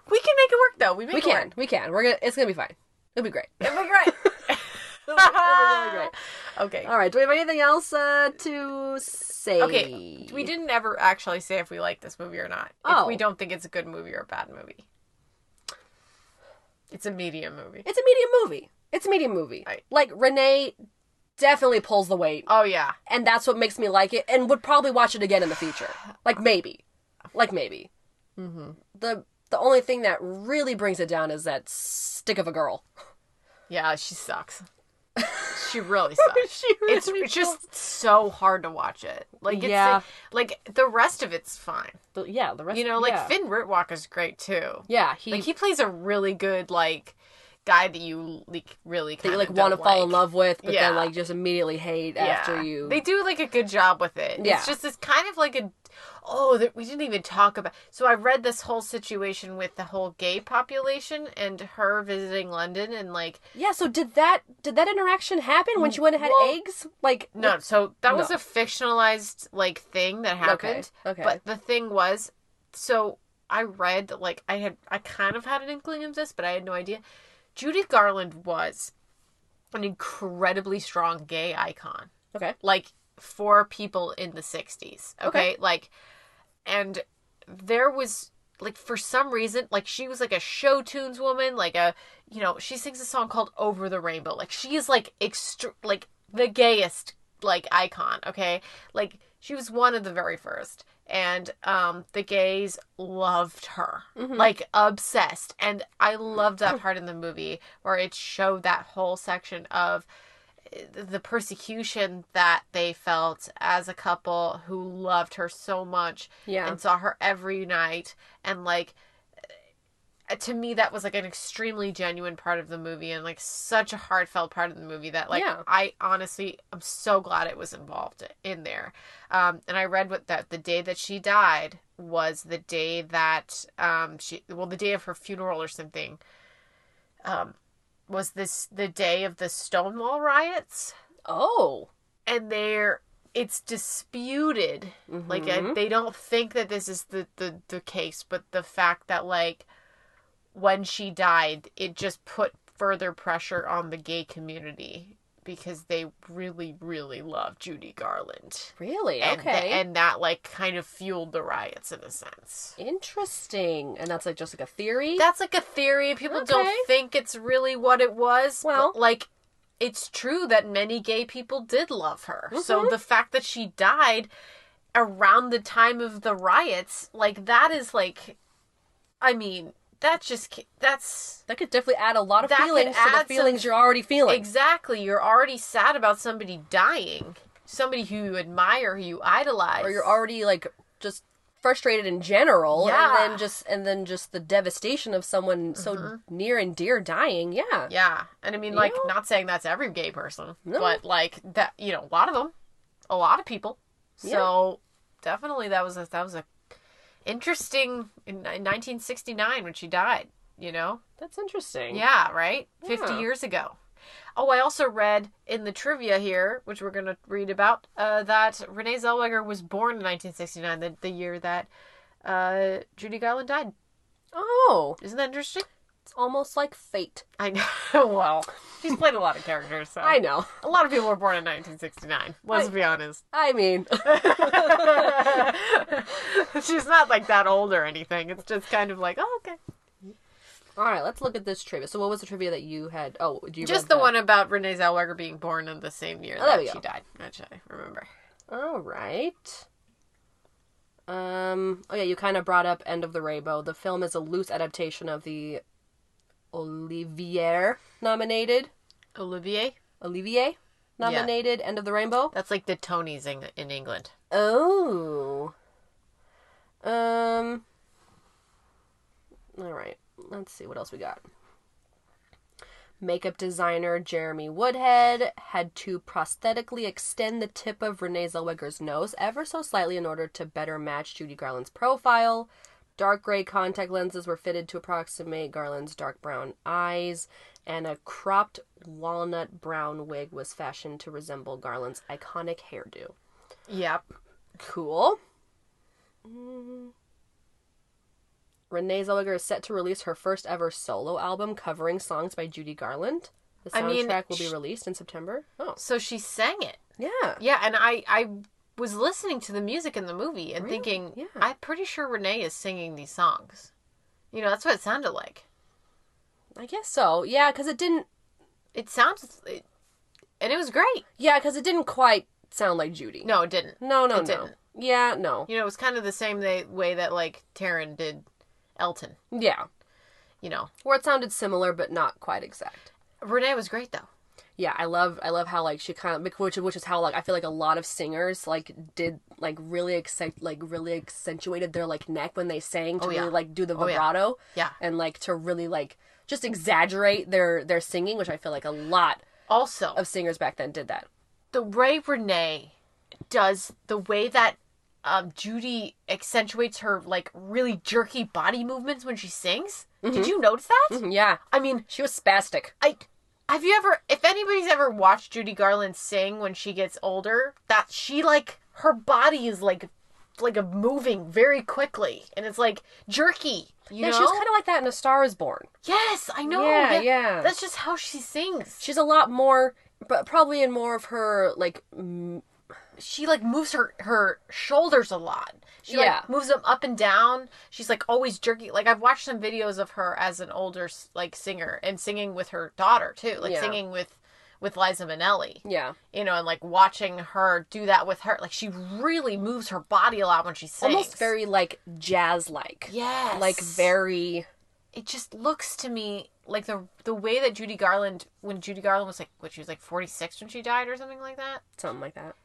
[SPEAKER 2] we can make it work though. We make
[SPEAKER 1] we
[SPEAKER 2] it
[SPEAKER 1] can.
[SPEAKER 2] work.
[SPEAKER 1] We can. We're gonna it's gonna be fine. It'll be great.
[SPEAKER 2] It'll be great. Ah.
[SPEAKER 1] It'll be really great.
[SPEAKER 2] Okay.
[SPEAKER 1] All right. Do we have anything else uh, to say?
[SPEAKER 2] Okay. We didn't ever actually say if we like this movie or not. If
[SPEAKER 1] Oh.
[SPEAKER 2] we don't think it's a good movie or a bad movie. It's a medium movie.
[SPEAKER 1] It's a medium movie. It's a medium movie.
[SPEAKER 2] Right.
[SPEAKER 1] Like Renee definitely pulls the weight,
[SPEAKER 2] Oh yeah.
[SPEAKER 1] and that's what makes me like it, and would probably watch it again in the future. Like maybe, like maybe. Mm-hmm. The the only thing that really brings it down is that stick of a girl.
[SPEAKER 2] Yeah, she sucks. she really sucks.
[SPEAKER 1] She really
[SPEAKER 2] it's it's just so hard to watch it. Like it's
[SPEAKER 1] Yeah.
[SPEAKER 2] like the rest of it's fine.
[SPEAKER 1] The, yeah, the rest.
[SPEAKER 2] You know, like
[SPEAKER 1] yeah.
[SPEAKER 2] Finn Ritwalker's great too.
[SPEAKER 1] Yeah, he,
[SPEAKER 2] Like he plays a really good like guy that you like really
[SPEAKER 1] that
[SPEAKER 2] kind
[SPEAKER 1] you
[SPEAKER 2] of
[SPEAKER 1] like want to fall in love with, but
[SPEAKER 2] Yeah.
[SPEAKER 1] then like just immediately hate after you.
[SPEAKER 2] They do like a good job with it.
[SPEAKER 1] Yeah.
[SPEAKER 2] It's just it's kind of like a oh that we didn't even talk about. So I read this whole situation with the whole gay population and her visiting London and like
[SPEAKER 1] Yeah. So did that did that interaction happen when she went and had
[SPEAKER 2] Well-
[SPEAKER 1] eggs? Like
[SPEAKER 2] no, so that was
[SPEAKER 1] No.
[SPEAKER 2] a fictionalized like thing that happened.
[SPEAKER 1] okay.
[SPEAKER 2] But the thing was, so I read like I had I kind of had an inkling of this, but I had no idea. Judy Garland was an incredibly strong gay icon.
[SPEAKER 1] okay.
[SPEAKER 2] like for people in the 60s okay,
[SPEAKER 1] Okay.
[SPEAKER 2] like and there was like for some reason like she was like a show tunes woman like a you know she sings a song called over the rainbow like she is like extr like the gayest like icon okay like she was one of the very first and um the gays loved her like obsessed and i loved that part in the movie where it showed that whole section of the persecution that they felt as a couple who loved her so much
[SPEAKER 1] Yeah.
[SPEAKER 2] and saw her every night and like uh, to me that was like an extremely genuine part of the movie and like such a heartfelt part of the movie that like
[SPEAKER 1] Yeah.
[SPEAKER 2] i honestly i'm so glad it was involved in there um and i read what that the day that she died was the day that um she well the day of her funeral or something um, was this the day of the stonewall riots
[SPEAKER 1] Oh.
[SPEAKER 2] and they're it's disputed like I, they don't think that this is the, the the case but the fact that like when she died it just put further pressure on the gay community because they really really love judy garland
[SPEAKER 1] Really?
[SPEAKER 2] and, th-
[SPEAKER 1] okay.
[SPEAKER 2] and that like kind of fueled the riots in a sense
[SPEAKER 1] Interesting. And that's like just like a theory.
[SPEAKER 2] that's like a theory. People
[SPEAKER 1] Okay.
[SPEAKER 2] don't think it's really what it was.
[SPEAKER 1] Well-
[SPEAKER 2] Well, like it's true that many gay people did love her. So
[SPEAKER 1] Mm-hmm.
[SPEAKER 2] the fact that she died around the time of the riots, like that is like I mean, that's just ca- that's
[SPEAKER 1] that could definitely add a lot of
[SPEAKER 2] That could
[SPEAKER 1] feelings to the
[SPEAKER 2] add
[SPEAKER 1] feelings
[SPEAKER 2] some-
[SPEAKER 1] you're already feeling.
[SPEAKER 2] exactly you're already sad about somebody dying. Somebody who you admire, who you idolize.
[SPEAKER 1] or you're already like just frustrated in general
[SPEAKER 2] Yeah.
[SPEAKER 1] and then just and then just the devastation of someone so near and dear dying. Yeah.
[SPEAKER 2] Mm-hmm. Yeah. And I mean like
[SPEAKER 1] Yeah.
[SPEAKER 2] not saying that's every gay person,
[SPEAKER 1] No.
[SPEAKER 2] but like that you know, a lot of them, a lot of people. So definitely that was a that was a interesting in, in 1969 when she died, you know?
[SPEAKER 1] That's interesting.
[SPEAKER 2] Mm. Yeah, right? 50
[SPEAKER 1] Yeah.
[SPEAKER 2] years ago. Oh, I also read in the trivia here, which we're going to read about, uh, that Renee Zellweger was born in 1969, the, the year that uh, Judy Garland died.
[SPEAKER 1] Oh.
[SPEAKER 2] Isn't that interesting?
[SPEAKER 1] It's almost like fate.
[SPEAKER 2] I know. well, she's played a lot of characters, so.
[SPEAKER 1] I know.
[SPEAKER 2] A lot of people were born in 1969. Let's be honest.
[SPEAKER 1] I mean,
[SPEAKER 2] She's not like that old or anything. It's just kind of like, oh, okay.
[SPEAKER 1] all right, let's look at this trivia. So, what was the trivia that you had? Oh, do you
[SPEAKER 2] Just
[SPEAKER 1] read
[SPEAKER 2] the
[SPEAKER 1] that?
[SPEAKER 2] one about Renee Zellweger being born in the same year
[SPEAKER 1] Oh, there
[SPEAKER 2] that
[SPEAKER 1] we
[SPEAKER 2] she
[SPEAKER 1] go.
[SPEAKER 2] died, which I remember.
[SPEAKER 1] All right. Um. Oh yeah, you kind of brought up End of the Rainbow. The film is a loose adaptation of the Olivier nominated
[SPEAKER 2] Olivier?
[SPEAKER 1] Olivier nominated End of the Rainbow.
[SPEAKER 2] That's like the Tonys in, in England.
[SPEAKER 1] Oh. Um. All right. Let's see what else we got. Makeup designer Jeremy Woodhead had to prosthetically extend the tip of Renee Zellweger's nose ever so slightly in order to better match Judy Garland's profile. Dark gray contact lenses were fitted to approximate Garland's dark brown eyes, and a cropped walnut brown wig was fashioned to resemble Garland's iconic hairdo.
[SPEAKER 2] Yep.
[SPEAKER 1] Cool. Mm. Renee Zellweger is set to release her first ever solo album covering songs by Judy Garland. The
[SPEAKER 2] I
[SPEAKER 1] soundtrack
[SPEAKER 2] mean,
[SPEAKER 1] will be
[SPEAKER 2] sh-
[SPEAKER 1] released in September. Oh,
[SPEAKER 2] So she sang it.
[SPEAKER 1] yeah.
[SPEAKER 2] Yeah, and I, I was listening to the music in the movie and thinking,
[SPEAKER 1] Yeah.
[SPEAKER 2] I'm pretty sure Renee is singing these songs. You know, that's what it sounded like.
[SPEAKER 1] I guess so. Yeah, because it didn't.
[SPEAKER 2] It sounds, it, and it was great.
[SPEAKER 1] Yeah, because it didn't quite sound like Judy.
[SPEAKER 2] No, it didn't.
[SPEAKER 1] no, no, no.
[SPEAKER 2] it didn't.
[SPEAKER 1] Yeah, no.
[SPEAKER 2] You know, it was kind of the same they, way that like Taryn did Elton.
[SPEAKER 1] Yeah,
[SPEAKER 2] You know,
[SPEAKER 1] where it sounded similar but not quite exact.
[SPEAKER 2] Renee was great though.
[SPEAKER 1] Yeah, I love I love how like she kind of which which is how like I feel like a lot of singers like did like really accept like really accentuated their like neck when they sang to
[SPEAKER 2] Oh, yeah.
[SPEAKER 1] really like do the
[SPEAKER 2] yeah.
[SPEAKER 1] vibrato
[SPEAKER 2] Yeah.
[SPEAKER 1] and like to really like just exaggerate their their singing, which I feel like a lot
[SPEAKER 2] Also,
[SPEAKER 1] of singers back then did that.
[SPEAKER 2] the way Renee does the way that um, Judy accentuates her like really jerky body movements when she sings.
[SPEAKER 1] Mm-hmm.
[SPEAKER 2] Did you notice that?
[SPEAKER 1] Yeah,
[SPEAKER 2] I mean,
[SPEAKER 1] she was spastic.
[SPEAKER 2] I have you ever if anybody's ever watched Judy Garland sing when she gets older, that she like her body is like like a moving very quickly and it's like jerky. You
[SPEAKER 1] yeah,
[SPEAKER 2] know?
[SPEAKER 1] she was kind of like that in A Star Is Born.
[SPEAKER 2] Yes, I know.
[SPEAKER 1] Yeah, yeah.
[SPEAKER 2] That's just how she sings.
[SPEAKER 1] She's a lot more, but probably in more of her like m-
[SPEAKER 2] she like moves her her shoulders a lot. She
[SPEAKER 1] Yeah.
[SPEAKER 2] like moves them up and down. She's like always jerky. Like I've watched some videos of her as an older s- like singer and singing with her daughter too. Like
[SPEAKER 1] Yeah.
[SPEAKER 2] singing with with Liza Minnelli.
[SPEAKER 1] Yeah.
[SPEAKER 2] You know, and like watching her do that with her, like she really moves her body a lot when she sings.
[SPEAKER 1] Almost very like jazz like.
[SPEAKER 2] Yes.
[SPEAKER 1] Like very
[SPEAKER 2] it just looks to me like the the way that Judy Garland when Judy Garland was like what she was like 46 when she died or something like that
[SPEAKER 1] something like that.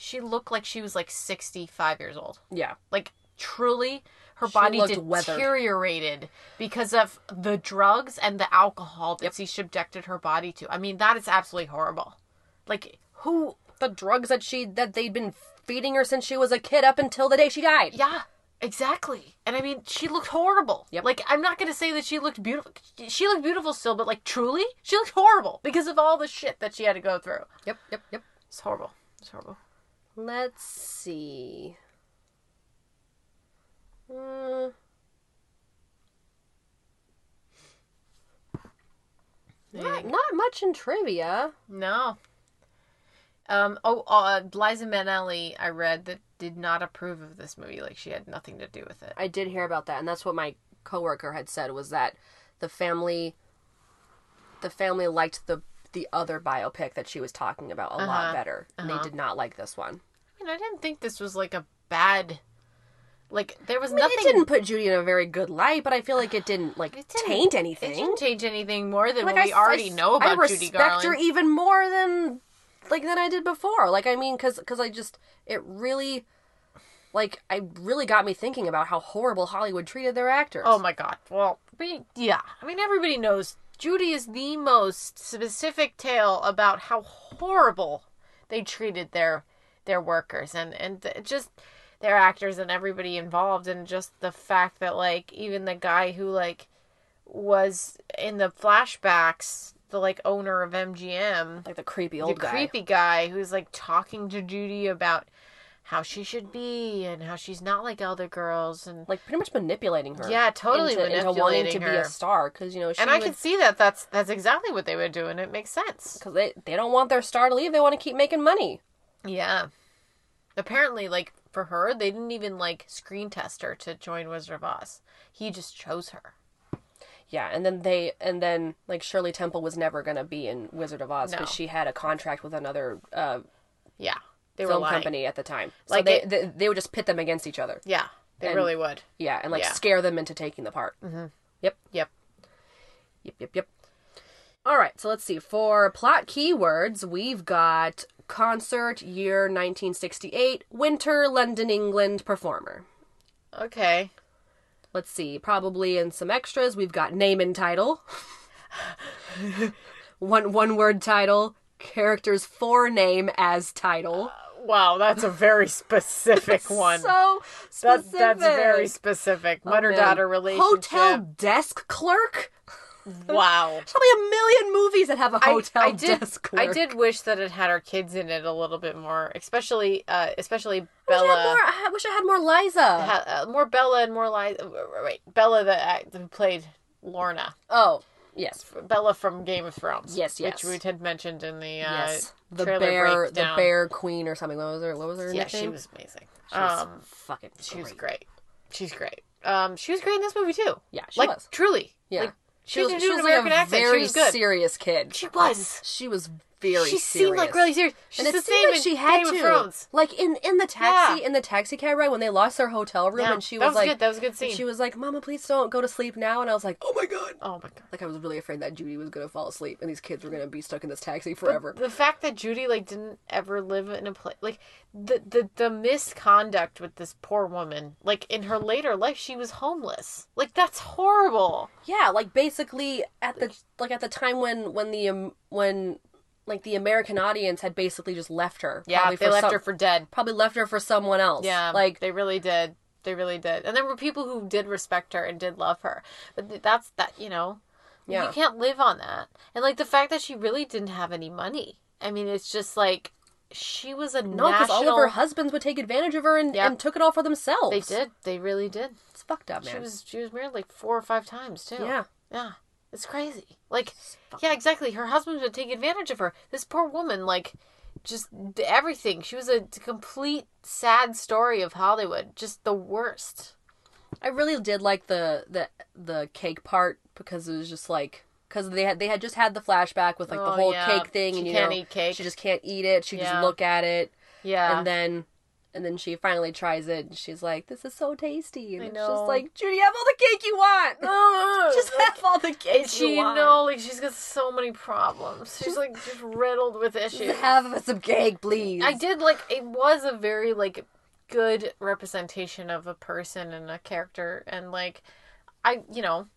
[SPEAKER 2] she looked like she was like 65 years old
[SPEAKER 1] Yeah.
[SPEAKER 2] like truly her body
[SPEAKER 1] looked weathered.
[SPEAKER 2] deteriorated because of the drugs and the alcohol that she subjected her body to I mean that is absolutely horrible like who
[SPEAKER 1] The drugs that she that they'd been feeding her since she was a kid up until the day she died.
[SPEAKER 2] Yeah, exactly. And I mean, she looked horrible.
[SPEAKER 1] Yep.
[SPEAKER 2] Like, I'm not going to say that she looked beautiful. She looked beautiful still, but like, truly, she looked horrible because of all the shit that she had to go through.
[SPEAKER 1] Yep, yep, yep.
[SPEAKER 2] It's horrible. It's horrible.
[SPEAKER 1] Let's see. Mm. Not, not much in trivia.
[SPEAKER 2] No. Um, oh, uh, Liza Minnelli, I read that did not approve of this movie. Like, she had nothing to do with it.
[SPEAKER 1] I did hear about that, and that's what my coworker had said was that the family, the family liked the the other biopic that she was talking about a lot better, and they did not like this one.
[SPEAKER 2] I mean, I didn't think this was like a bad. Like, there was
[SPEAKER 1] I mean,
[SPEAKER 2] nothing.
[SPEAKER 1] it didn't put Judy in a very good light, but I feel like it didn't like taint
[SPEAKER 2] It
[SPEAKER 1] anything.
[SPEAKER 2] didn't change anything more than
[SPEAKER 1] like
[SPEAKER 2] what we already know
[SPEAKER 1] I
[SPEAKER 2] about
[SPEAKER 1] respect
[SPEAKER 2] Judy Garland.
[SPEAKER 1] her even more than like than I did before. Like I mean, because because I just it really. Like I really got me thinking about how horrible Hollywood treated their actors.
[SPEAKER 2] Oh my god. Well, we, yeah. I mean, everybody knows Judy is the most specific tale about how horrible they treated their their workers and and th- just their actors and everybody involved and just the fact that like even the guy who like was in the flashbacks the like owner of MGM
[SPEAKER 1] like the creepy
[SPEAKER 2] the
[SPEAKER 1] old guy.
[SPEAKER 2] creepy guy who's like talking to Judy about how she should be and how she's not like other girls and
[SPEAKER 1] like pretty much manipulating her.
[SPEAKER 2] Yeah, totally
[SPEAKER 1] into, into wanting to
[SPEAKER 2] manipulating
[SPEAKER 1] be
[SPEAKER 2] her.
[SPEAKER 1] a star because you know she
[SPEAKER 2] and I can see that that's that's exactly what they would do, and it makes sense.
[SPEAKER 1] because they they don't want their star to leave. They want to keep making money.
[SPEAKER 2] Yeah. Apparently, like for her, they didn't even like screen test her to join Wizard of Oz. He just chose her.
[SPEAKER 1] Yeah, and then they and then like Shirley Temple was never gonna be in Wizard of Oz
[SPEAKER 2] No.
[SPEAKER 1] because she had a contract with another uh,
[SPEAKER 2] Yeah, they were
[SPEAKER 1] film
[SPEAKER 2] lying.
[SPEAKER 1] company at the time. So
[SPEAKER 2] Like
[SPEAKER 1] they,
[SPEAKER 2] it-
[SPEAKER 1] they they would just pit them against each other.
[SPEAKER 2] Yeah, they
[SPEAKER 1] And-
[SPEAKER 2] really would.
[SPEAKER 1] Yeah, and like
[SPEAKER 2] Yeah.
[SPEAKER 1] scare them into taking the part. Mm-hmm. Yep,
[SPEAKER 2] Yep.
[SPEAKER 1] yep, yep, yep. All right, so let's see. For plot keywords, we've got concert year 1968, winter London, England performer.
[SPEAKER 2] Okay.
[SPEAKER 1] let's see, probably in some extras, we've got name and title. one one word title, character's forename as title.
[SPEAKER 2] Wow, that's a very specific Uh, one.
[SPEAKER 1] So
[SPEAKER 2] That's
[SPEAKER 1] specific.
[SPEAKER 2] that's very specific. Oh, Mother daughter
[SPEAKER 1] Man.
[SPEAKER 2] relationship.
[SPEAKER 1] Hotel desk clerk?
[SPEAKER 2] Wow.
[SPEAKER 1] Probably a million movies that have a
[SPEAKER 2] I-
[SPEAKER 1] hotel
[SPEAKER 2] I did,
[SPEAKER 1] desk
[SPEAKER 2] I
[SPEAKER 1] clerk.
[SPEAKER 2] did wish that it had our kids in it a little bit more, especially uh, especially
[SPEAKER 1] I wish I,
[SPEAKER 2] Bella.
[SPEAKER 1] had more, I wish I had more Liza.
[SPEAKER 2] ha- uh, more Bella and more Liza. Wait, Bella the act- who played Lorna,
[SPEAKER 1] oh, yes.
[SPEAKER 2] Bella from Game of Thrones.
[SPEAKER 1] Yes, yes.
[SPEAKER 2] which we had mentioned in the uh,
[SPEAKER 1] yes. The
[SPEAKER 2] trailer
[SPEAKER 1] bear
[SPEAKER 2] breakdown.
[SPEAKER 1] the bear queen or something. What was her what was her
[SPEAKER 2] Yeah,
[SPEAKER 1] nickname?
[SPEAKER 2] she was amazing.
[SPEAKER 1] She was
[SPEAKER 2] um,
[SPEAKER 1] fucking
[SPEAKER 2] she was great. She's great. Um, she was great in this movie too.
[SPEAKER 1] Yeah, she
[SPEAKER 2] like
[SPEAKER 1] was.
[SPEAKER 2] truly.
[SPEAKER 1] Yeah.
[SPEAKER 2] Like,
[SPEAKER 1] she
[SPEAKER 2] she,
[SPEAKER 1] was,
[SPEAKER 2] didn't
[SPEAKER 1] she
[SPEAKER 2] do an
[SPEAKER 1] was like
[SPEAKER 2] American
[SPEAKER 1] a
[SPEAKER 2] accent.
[SPEAKER 1] very
[SPEAKER 2] she was good.
[SPEAKER 1] serious kid.
[SPEAKER 2] She was.
[SPEAKER 1] She was very.
[SPEAKER 2] she
[SPEAKER 1] serious.
[SPEAKER 2] seemed like really serious. She's
[SPEAKER 1] and it
[SPEAKER 2] the
[SPEAKER 1] seemed
[SPEAKER 2] same
[SPEAKER 1] like
[SPEAKER 2] in
[SPEAKER 1] she had
[SPEAKER 2] Game of
[SPEAKER 1] to.
[SPEAKER 2] Thrones.
[SPEAKER 1] Like in in the taxi
[SPEAKER 2] Yeah.
[SPEAKER 1] in the taxi cab ride when they lost their hotel room
[SPEAKER 2] Yeah,
[SPEAKER 1] and she
[SPEAKER 2] that
[SPEAKER 1] was,
[SPEAKER 2] was
[SPEAKER 1] like
[SPEAKER 2] good, that was a good scene.
[SPEAKER 1] She was like, "Mama, please don't go to sleep now," and I was like, "Oh my god."
[SPEAKER 2] Oh my god.
[SPEAKER 1] Like I was really afraid that Judy was gonna fall asleep and these kids were gonna be stuck in this taxi forever.
[SPEAKER 2] The fact that Judy like didn't ever live in a place like the the the misconduct with this poor woman. Like in her later life, she was homeless. Like that's horrible.
[SPEAKER 1] yeah, like basically at the like at the time when when the um, when like the American audience had basically just left her. probably
[SPEAKER 2] they left
[SPEAKER 1] some-
[SPEAKER 2] her for dead.
[SPEAKER 1] probably left her for someone else.
[SPEAKER 2] Yeah,
[SPEAKER 1] like
[SPEAKER 2] like they really did. They really did. And there were people who did respect her and did love her. But th- that's that. You know,
[SPEAKER 1] Yeah.
[SPEAKER 2] you can't live on that. And like the fact that she really didn't have any money. I mean, it's just like she was a
[SPEAKER 1] No, because all
[SPEAKER 2] national-
[SPEAKER 1] of her husbands would take advantage of her and,
[SPEAKER 2] Yep.
[SPEAKER 1] and took it all for themselves.
[SPEAKER 2] They did. They really did.
[SPEAKER 1] It's fucked up, man.
[SPEAKER 2] She was she was married like four or five times too.
[SPEAKER 1] Yeah.
[SPEAKER 2] Yeah. It's crazy. Like yeah, exactly. Her husband would take advantage of her. This poor woman, like just the- everything. She was a complete sad story of Hollywood. Just the worst.
[SPEAKER 1] I really did like the the the cake part because it was just like because they had they had just had the flashback with like the
[SPEAKER 2] Oh,
[SPEAKER 1] whole
[SPEAKER 2] yeah.
[SPEAKER 1] cake thing
[SPEAKER 2] She
[SPEAKER 1] and you
[SPEAKER 2] can't
[SPEAKER 1] know,
[SPEAKER 2] eat cake.
[SPEAKER 1] she just can't eat it she
[SPEAKER 2] Yeah.
[SPEAKER 1] just look at it
[SPEAKER 2] Yeah.
[SPEAKER 1] and then and then she finally tries it and she's like this is so tasty and
[SPEAKER 2] I
[SPEAKER 1] it's
[SPEAKER 2] know.
[SPEAKER 1] just like Judy have all the cake you want just have all the cake
[SPEAKER 2] she
[SPEAKER 1] you
[SPEAKER 2] you
[SPEAKER 1] want
[SPEAKER 2] know like she's got so many problems. She's like just riddled with issues.
[SPEAKER 1] just have some cake please
[SPEAKER 2] I did like it was a very like good representation of a person and a character and like I you know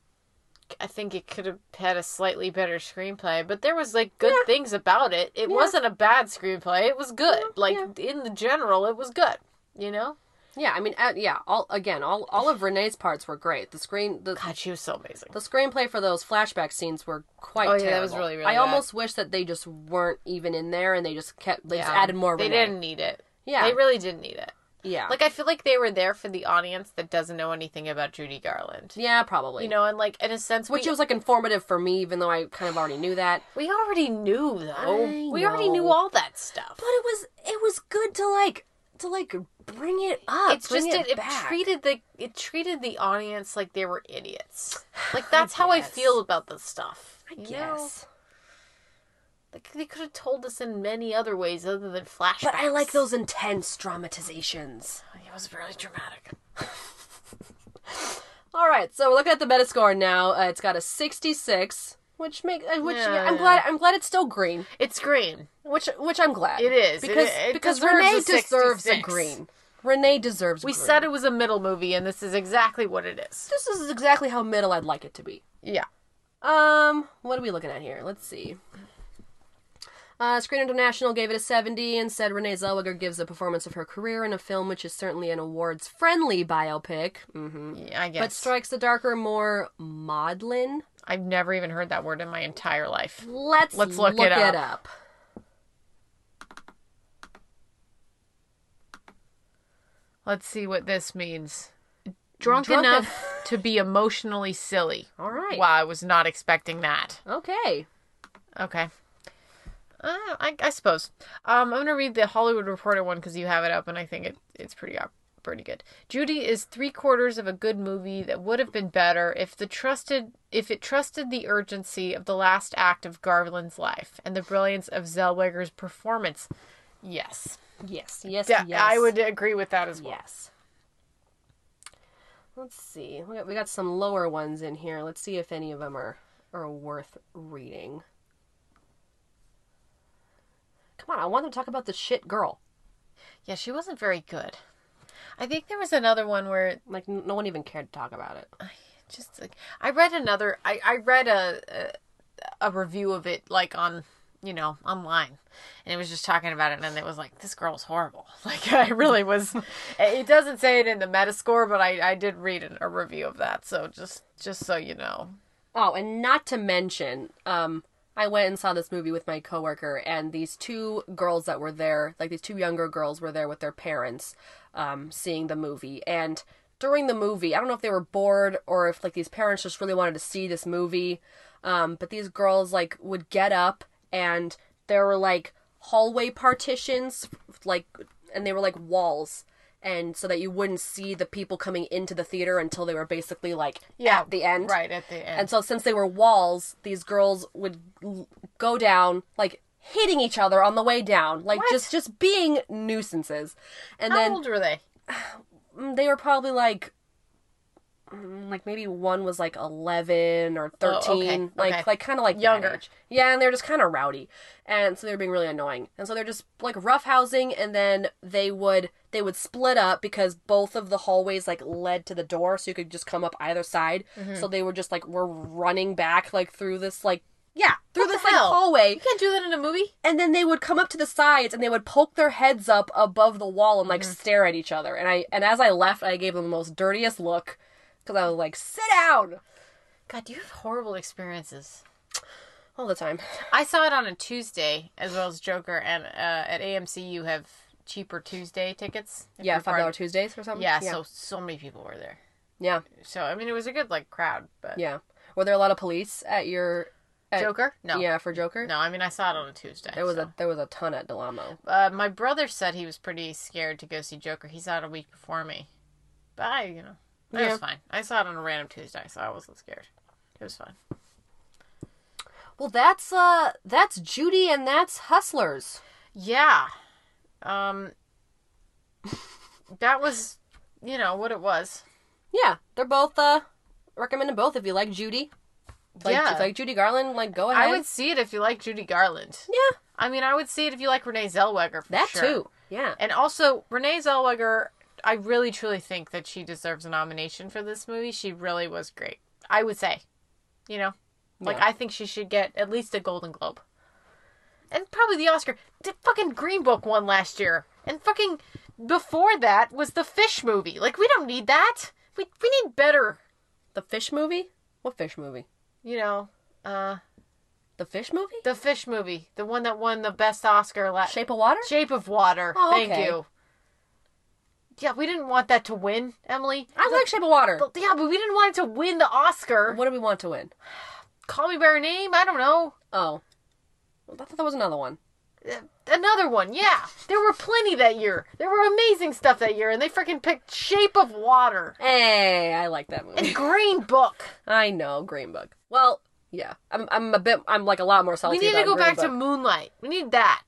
[SPEAKER 2] I think it could have had a slightly better screenplay, but there was like good things about it. It wasn't a bad screenplay. It was good.
[SPEAKER 1] Mm-hmm.
[SPEAKER 2] Like in the general, it was good. You know,
[SPEAKER 1] yeah I mean uh, yeah all again all all of Renee's parts were great the screen the
[SPEAKER 2] God, she was so amazing.
[SPEAKER 1] The screenplay for those flashback scenes were quite
[SPEAKER 2] Oh, yeah, that
[SPEAKER 1] terrible.
[SPEAKER 2] was really, really
[SPEAKER 1] I
[SPEAKER 2] bad.
[SPEAKER 1] almost wish that they just weren't even in there and they just kept they just
[SPEAKER 2] Yeah.
[SPEAKER 1] added more
[SPEAKER 2] They
[SPEAKER 1] Renee.
[SPEAKER 2] didn't need it.
[SPEAKER 1] Yeah.
[SPEAKER 2] they really didn't need it.
[SPEAKER 1] Yeah.
[SPEAKER 2] Like I feel like they were there for the audience that doesn't know anything about Judy Garland.
[SPEAKER 1] yeah, probably.
[SPEAKER 2] You know, and like in a sense,
[SPEAKER 1] which
[SPEAKER 2] we,
[SPEAKER 1] was like informative for me even though I kind of already knew that.
[SPEAKER 2] We already knew though.
[SPEAKER 1] I
[SPEAKER 2] We already
[SPEAKER 1] know.
[SPEAKER 2] knew all that stuff.
[SPEAKER 1] But it was it was good to like to like bring it up.
[SPEAKER 2] it's just it, it treated the it treated the audience like they were idiots. Like that's how I
[SPEAKER 1] guess.
[SPEAKER 2] feel about this stuff. I
[SPEAKER 1] Yes.
[SPEAKER 2] Like they could have told us in many other ways other than flashbacks.
[SPEAKER 1] But I like those intense dramatizations.
[SPEAKER 2] It was really dramatic.
[SPEAKER 1] All right, so we're looking at the Metascore now. Uh, it's got a 66, which makes uh, which
[SPEAKER 2] Yeah,
[SPEAKER 1] I'm
[SPEAKER 2] yeah.
[SPEAKER 1] glad I'm glad it's still green.
[SPEAKER 2] It's green.
[SPEAKER 1] Which which I'm glad.
[SPEAKER 2] It is. It-
[SPEAKER 1] Because
[SPEAKER 2] it
[SPEAKER 1] because
[SPEAKER 2] deserves
[SPEAKER 1] Renee
[SPEAKER 2] a
[SPEAKER 1] deserves a
[SPEAKER 2] 66.
[SPEAKER 1] green. Renee deserves a
[SPEAKER 2] We
[SPEAKER 1] green.
[SPEAKER 2] said it was a middle movie, and this is exactly what it is.
[SPEAKER 1] this is exactly how middle I'd like it to be.
[SPEAKER 2] Yeah.
[SPEAKER 1] Um, what are we looking at here? Let's see. Uh, Screen International gave it a 70 and said Renee Zellweger gives a performance of her career in a film which is certainly an awards friendly biopic, hmm
[SPEAKER 2] yeah I guess.
[SPEAKER 1] but strikes the darker, more maudlin.
[SPEAKER 2] I've never even heard that word in my entire life.
[SPEAKER 1] Let's,
[SPEAKER 2] Let's look it
[SPEAKER 1] it
[SPEAKER 2] up.
[SPEAKER 1] up.
[SPEAKER 2] Let's see what this means. Drunk,
[SPEAKER 1] Drunk
[SPEAKER 2] enough to be emotionally silly.
[SPEAKER 1] All right.
[SPEAKER 2] Wow, I was not expecting that.
[SPEAKER 1] Okay.
[SPEAKER 2] Okay. Uh, I, I suppose. Um, I'm gonna read the Hollywood Reporter one because you have it up, and I think it, it's pretty up, pretty good. Judy is three quarters of a good movie that would have been better if the trusted if it trusted the urgency of the last act of Garland's life and the brilliance of Zellweger's performance. Yes,
[SPEAKER 1] Yes. Yes.
[SPEAKER 2] yeah,
[SPEAKER 1] yes.
[SPEAKER 2] I would agree with that as well.
[SPEAKER 1] Yes. Let's see. We got, we got some lower ones in here. Let's see if any of them are are worth reading. Come on, I want to talk about the shit girl.
[SPEAKER 2] Yeah, she wasn't very good. I think there was another one where
[SPEAKER 1] Like n- no one even cared to talk about it.
[SPEAKER 2] just like I read another I I read a a, a review of it like on you know online and it was just talking about it and it was like this girl's horrible like I really was it doesn't say it in the metascore but I I did read an, a review of that so just just so you know
[SPEAKER 1] Oh, and not to mention, um, I went and saw this movie with my coworker, and these two girls that were there, like these two younger girls, were there with their parents, um, seeing the movie. And during the movie, I don't know if they were bored or if like these parents just really wanted to see this movie, um, but these girls like would get up, and there were like hallway partitions, like, and they were like walls. And so that you wouldn't see the people coming into the theater until they were basically like
[SPEAKER 2] Yeah,
[SPEAKER 1] at the end.
[SPEAKER 2] right at the end
[SPEAKER 1] And so since they were walls, these girls would l- go down like hitting each other on the way down, like just just being nuisances. And
[SPEAKER 2] how
[SPEAKER 1] then
[SPEAKER 2] old were they
[SPEAKER 1] mm, they were probably like mm, like maybe one was like 11 or 13
[SPEAKER 2] Oh, okay,
[SPEAKER 1] like
[SPEAKER 2] okay.
[SPEAKER 1] like kind of like that
[SPEAKER 2] Younger.
[SPEAKER 1] age. yeah and they're just kind of rowdy and so they were being really annoying and so they're just like roughhousing and then they would they would split up because both of the hallways like led to the door so you could just come up either side
[SPEAKER 2] Mm-hmm.
[SPEAKER 1] so they were just like we're running back like through this like yeah through
[SPEAKER 2] What
[SPEAKER 1] this
[SPEAKER 2] the
[SPEAKER 1] like
[SPEAKER 2] hell?
[SPEAKER 1] hallway
[SPEAKER 2] you can't do that in a movie
[SPEAKER 1] and then they would come up to the sides and they would poke their heads up above the wall and
[SPEAKER 2] Mm.
[SPEAKER 1] like stare at each other. And I and as I left, I gave them the most dirtiest look because I was like, "Sit down,"
[SPEAKER 2] god you have horrible experiences
[SPEAKER 1] all the time.
[SPEAKER 2] I saw it on a Tuesday as well as Joker and uh, at AMC you have cheaper Tuesday tickets if
[SPEAKER 1] yeah,
[SPEAKER 2] you're
[SPEAKER 1] five
[SPEAKER 2] part
[SPEAKER 1] dollar
[SPEAKER 2] of-
[SPEAKER 1] Tuesdays or something.
[SPEAKER 2] yeah, so so many people were there.
[SPEAKER 1] yeah,
[SPEAKER 2] So I mean, it was a good like crowd, but
[SPEAKER 1] yeah. Were there a lot of police at your At-
[SPEAKER 2] Joker? No.
[SPEAKER 1] Yeah, for Joker.
[SPEAKER 2] No, I mean I saw it on a Tuesday.
[SPEAKER 1] There was
[SPEAKER 2] so.
[SPEAKER 1] a there was a ton at Delamo.
[SPEAKER 2] Uh, my brother said he was pretty scared to go see Joker. He saw it a week before me. But I, you know, it
[SPEAKER 1] Yeah.
[SPEAKER 2] was fine. I saw it on a random Tuesday, so I wasn't scared. It was fine.
[SPEAKER 1] Well, that's uh that's Judy and that's Hustlers.
[SPEAKER 2] Yeah. Um that was, you know, what it was.
[SPEAKER 1] Yeah, they're both uh recommended both if you like Judy. Like,
[SPEAKER 2] Yeah.
[SPEAKER 1] if you like Judy Garland, like go ahead.
[SPEAKER 2] I would see it if you like Judy Garland.
[SPEAKER 1] Yeah,
[SPEAKER 2] I mean, I would see it if you like Renee Zellweger for
[SPEAKER 1] that
[SPEAKER 2] sure.
[SPEAKER 1] too. Yeah.
[SPEAKER 2] And also, Renee Zellweger, I really truly think that she deserves a nomination for this movie. She really was great. I would say, you know, like
[SPEAKER 1] Yeah.
[SPEAKER 2] I think she should get at least a Golden Globe, and probably the Oscar. The fucking Green Book won last year, and fucking before that was the Fish movie. Like we don't need that. We we need better.
[SPEAKER 1] The fish movie? What fish movie?
[SPEAKER 2] You know, uh,
[SPEAKER 1] The fish movie?
[SPEAKER 2] the Fish movie, the one that won the best Oscar last
[SPEAKER 1] Shape of Water?
[SPEAKER 2] Shape of Water.
[SPEAKER 1] Oh,
[SPEAKER 2] Thank
[SPEAKER 1] okay.
[SPEAKER 2] you. Yeah, we didn't want that to win, Emily.
[SPEAKER 1] I like Shape of Water.
[SPEAKER 2] But- yeah, but we didn't want it to win the Oscar.
[SPEAKER 1] What do we want to win?
[SPEAKER 2] Call Me by Your Name. I don't know.
[SPEAKER 1] Oh. I thought there was another one.
[SPEAKER 2] Another one. Yeah, there were plenty that year. There were amazing stuff that year, and they freaking picked Shape of Water
[SPEAKER 1] Hey, I like that
[SPEAKER 2] and
[SPEAKER 1] movie.
[SPEAKER 2] Green Book.
[SPEAKER 1] I know, Green Book. Well, yeah. I'm I'm a bit I'm like a lot more
[SPEAKER 2] we
[SPEAKER 1] salty.
[SPEAKER 2] need to
[SPEAKER 1] about
[SPEAKER 2] go
[SPEAKER 1] Green
[SPEAKER 2] back to
[SPEAKER 1] Book.
[SPEAKER 2] Moonlight. We need that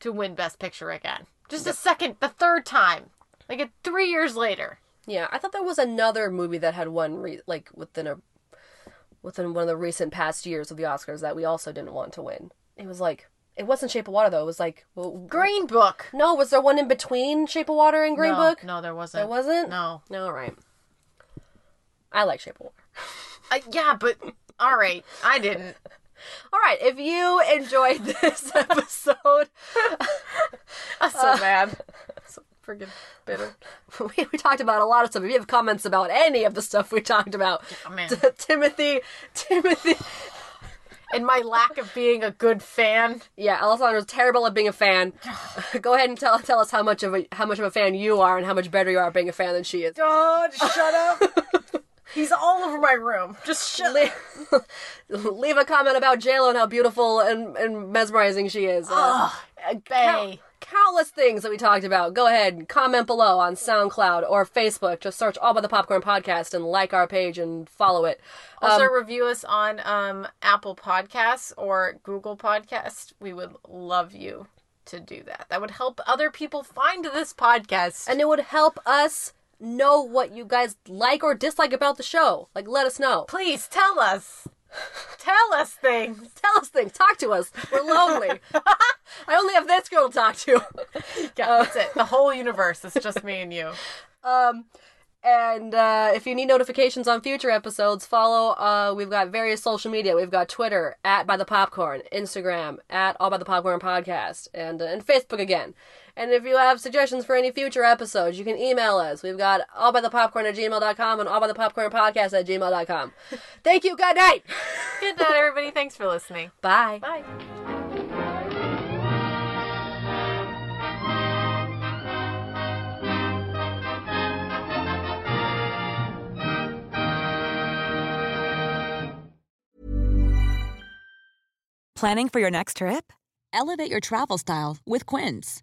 [SPEAKER 2] to win Best Picture again. Just a second, the third time, like a three years later.
[SPEAKER 1] Yeah, I thought there was another movie that had won re- like within a within one of the recent past years of the Oscars that we also didn't want to win. It was like it wasn't Shape of Water though. It was like well,
[SPEAKER 2] Green Book.
[SPEAKER 1] No, was there one in between Shape of Water and Green
[SPEAKER 2] no,
[SPEAKER 1] Book?
[SPEAKER 2] No, there wasn't.
[SPEAKER 1] there wasn't.
[SPEAKER 2] No.
[SPEAKER 1] All right. I like Shape of Water.
[SPEAKER 2] Uh, yeah, but all right, I didn't.
[SPEAKER 1] All right, if you enjoyed this episode,
[SPEAKER 2] I'm so mad. So freaking Uh. bitter.
[SPEAKER 1] we, we talked about a lot of stuff. If you have comments about any of the stuff we talked about,
[SPEAKER 2] Oh, man.
[SPEAKER 1] T- Timothy, Timothy,
[SPEAKER 2] and my lack of being a good fan.
[SPEAKER 1] yeah, Alessandra's terrible at being a fan. Go ahead and tell tell us how much of a how much of a fan you are and how much better you are at being a fan than she is.
[SPEAKER 2] God, shut up. He's all over my room. Just shut
[SPEAKER 1] Le- Leave a comment about JLo and how beautiful and, and mesmerizing she is. Uh,
[SPEAKER 2] Bay.
[SPEAKER 1] countless things that we talked about. Go ahead and comment below on SoundCloud or Facebook. Just search All About the Popcorn Podcast and like our page and follow it.
[SPEAKER 2] Also review us on um, Apple Podcasts or Google Podcasts. We would love you to do that. That would help other people find this podcast.
[SPEAKER 1] And it would help us know what you guys like or dislike about the show. Like, let us know.
[SPEAKER 2] please tell us. tell us things.
[SPEAKER 1] Tell us things. Talk to us. We're lonely. I only have this girl to talk to.
[SPEAKER 2] Yeah, that's it. The whole universe. It's just me and you.
[SPEAKER 1] And uh, if you need notifications on future episodes, follow. Uh, we've got various social media. We've got Twitter at By the Popcorn, Instagram at All By the Popcorn Podcast, and uh, and Facebook again. And if you have suggestions for any future episodes, you can email us. We've got all by the popcorn at gmail.com and all by the popcorn podcast at gmail.com. Thank you. Good night.
[SPEAKER 2] Good night, everybody. Thanks for listening.
[SPEAKER 1] Bye.
[SPEAKER 2] Bye.
[SPEAKER 3] Planning for your next trip? Elevate your travel style with Quince.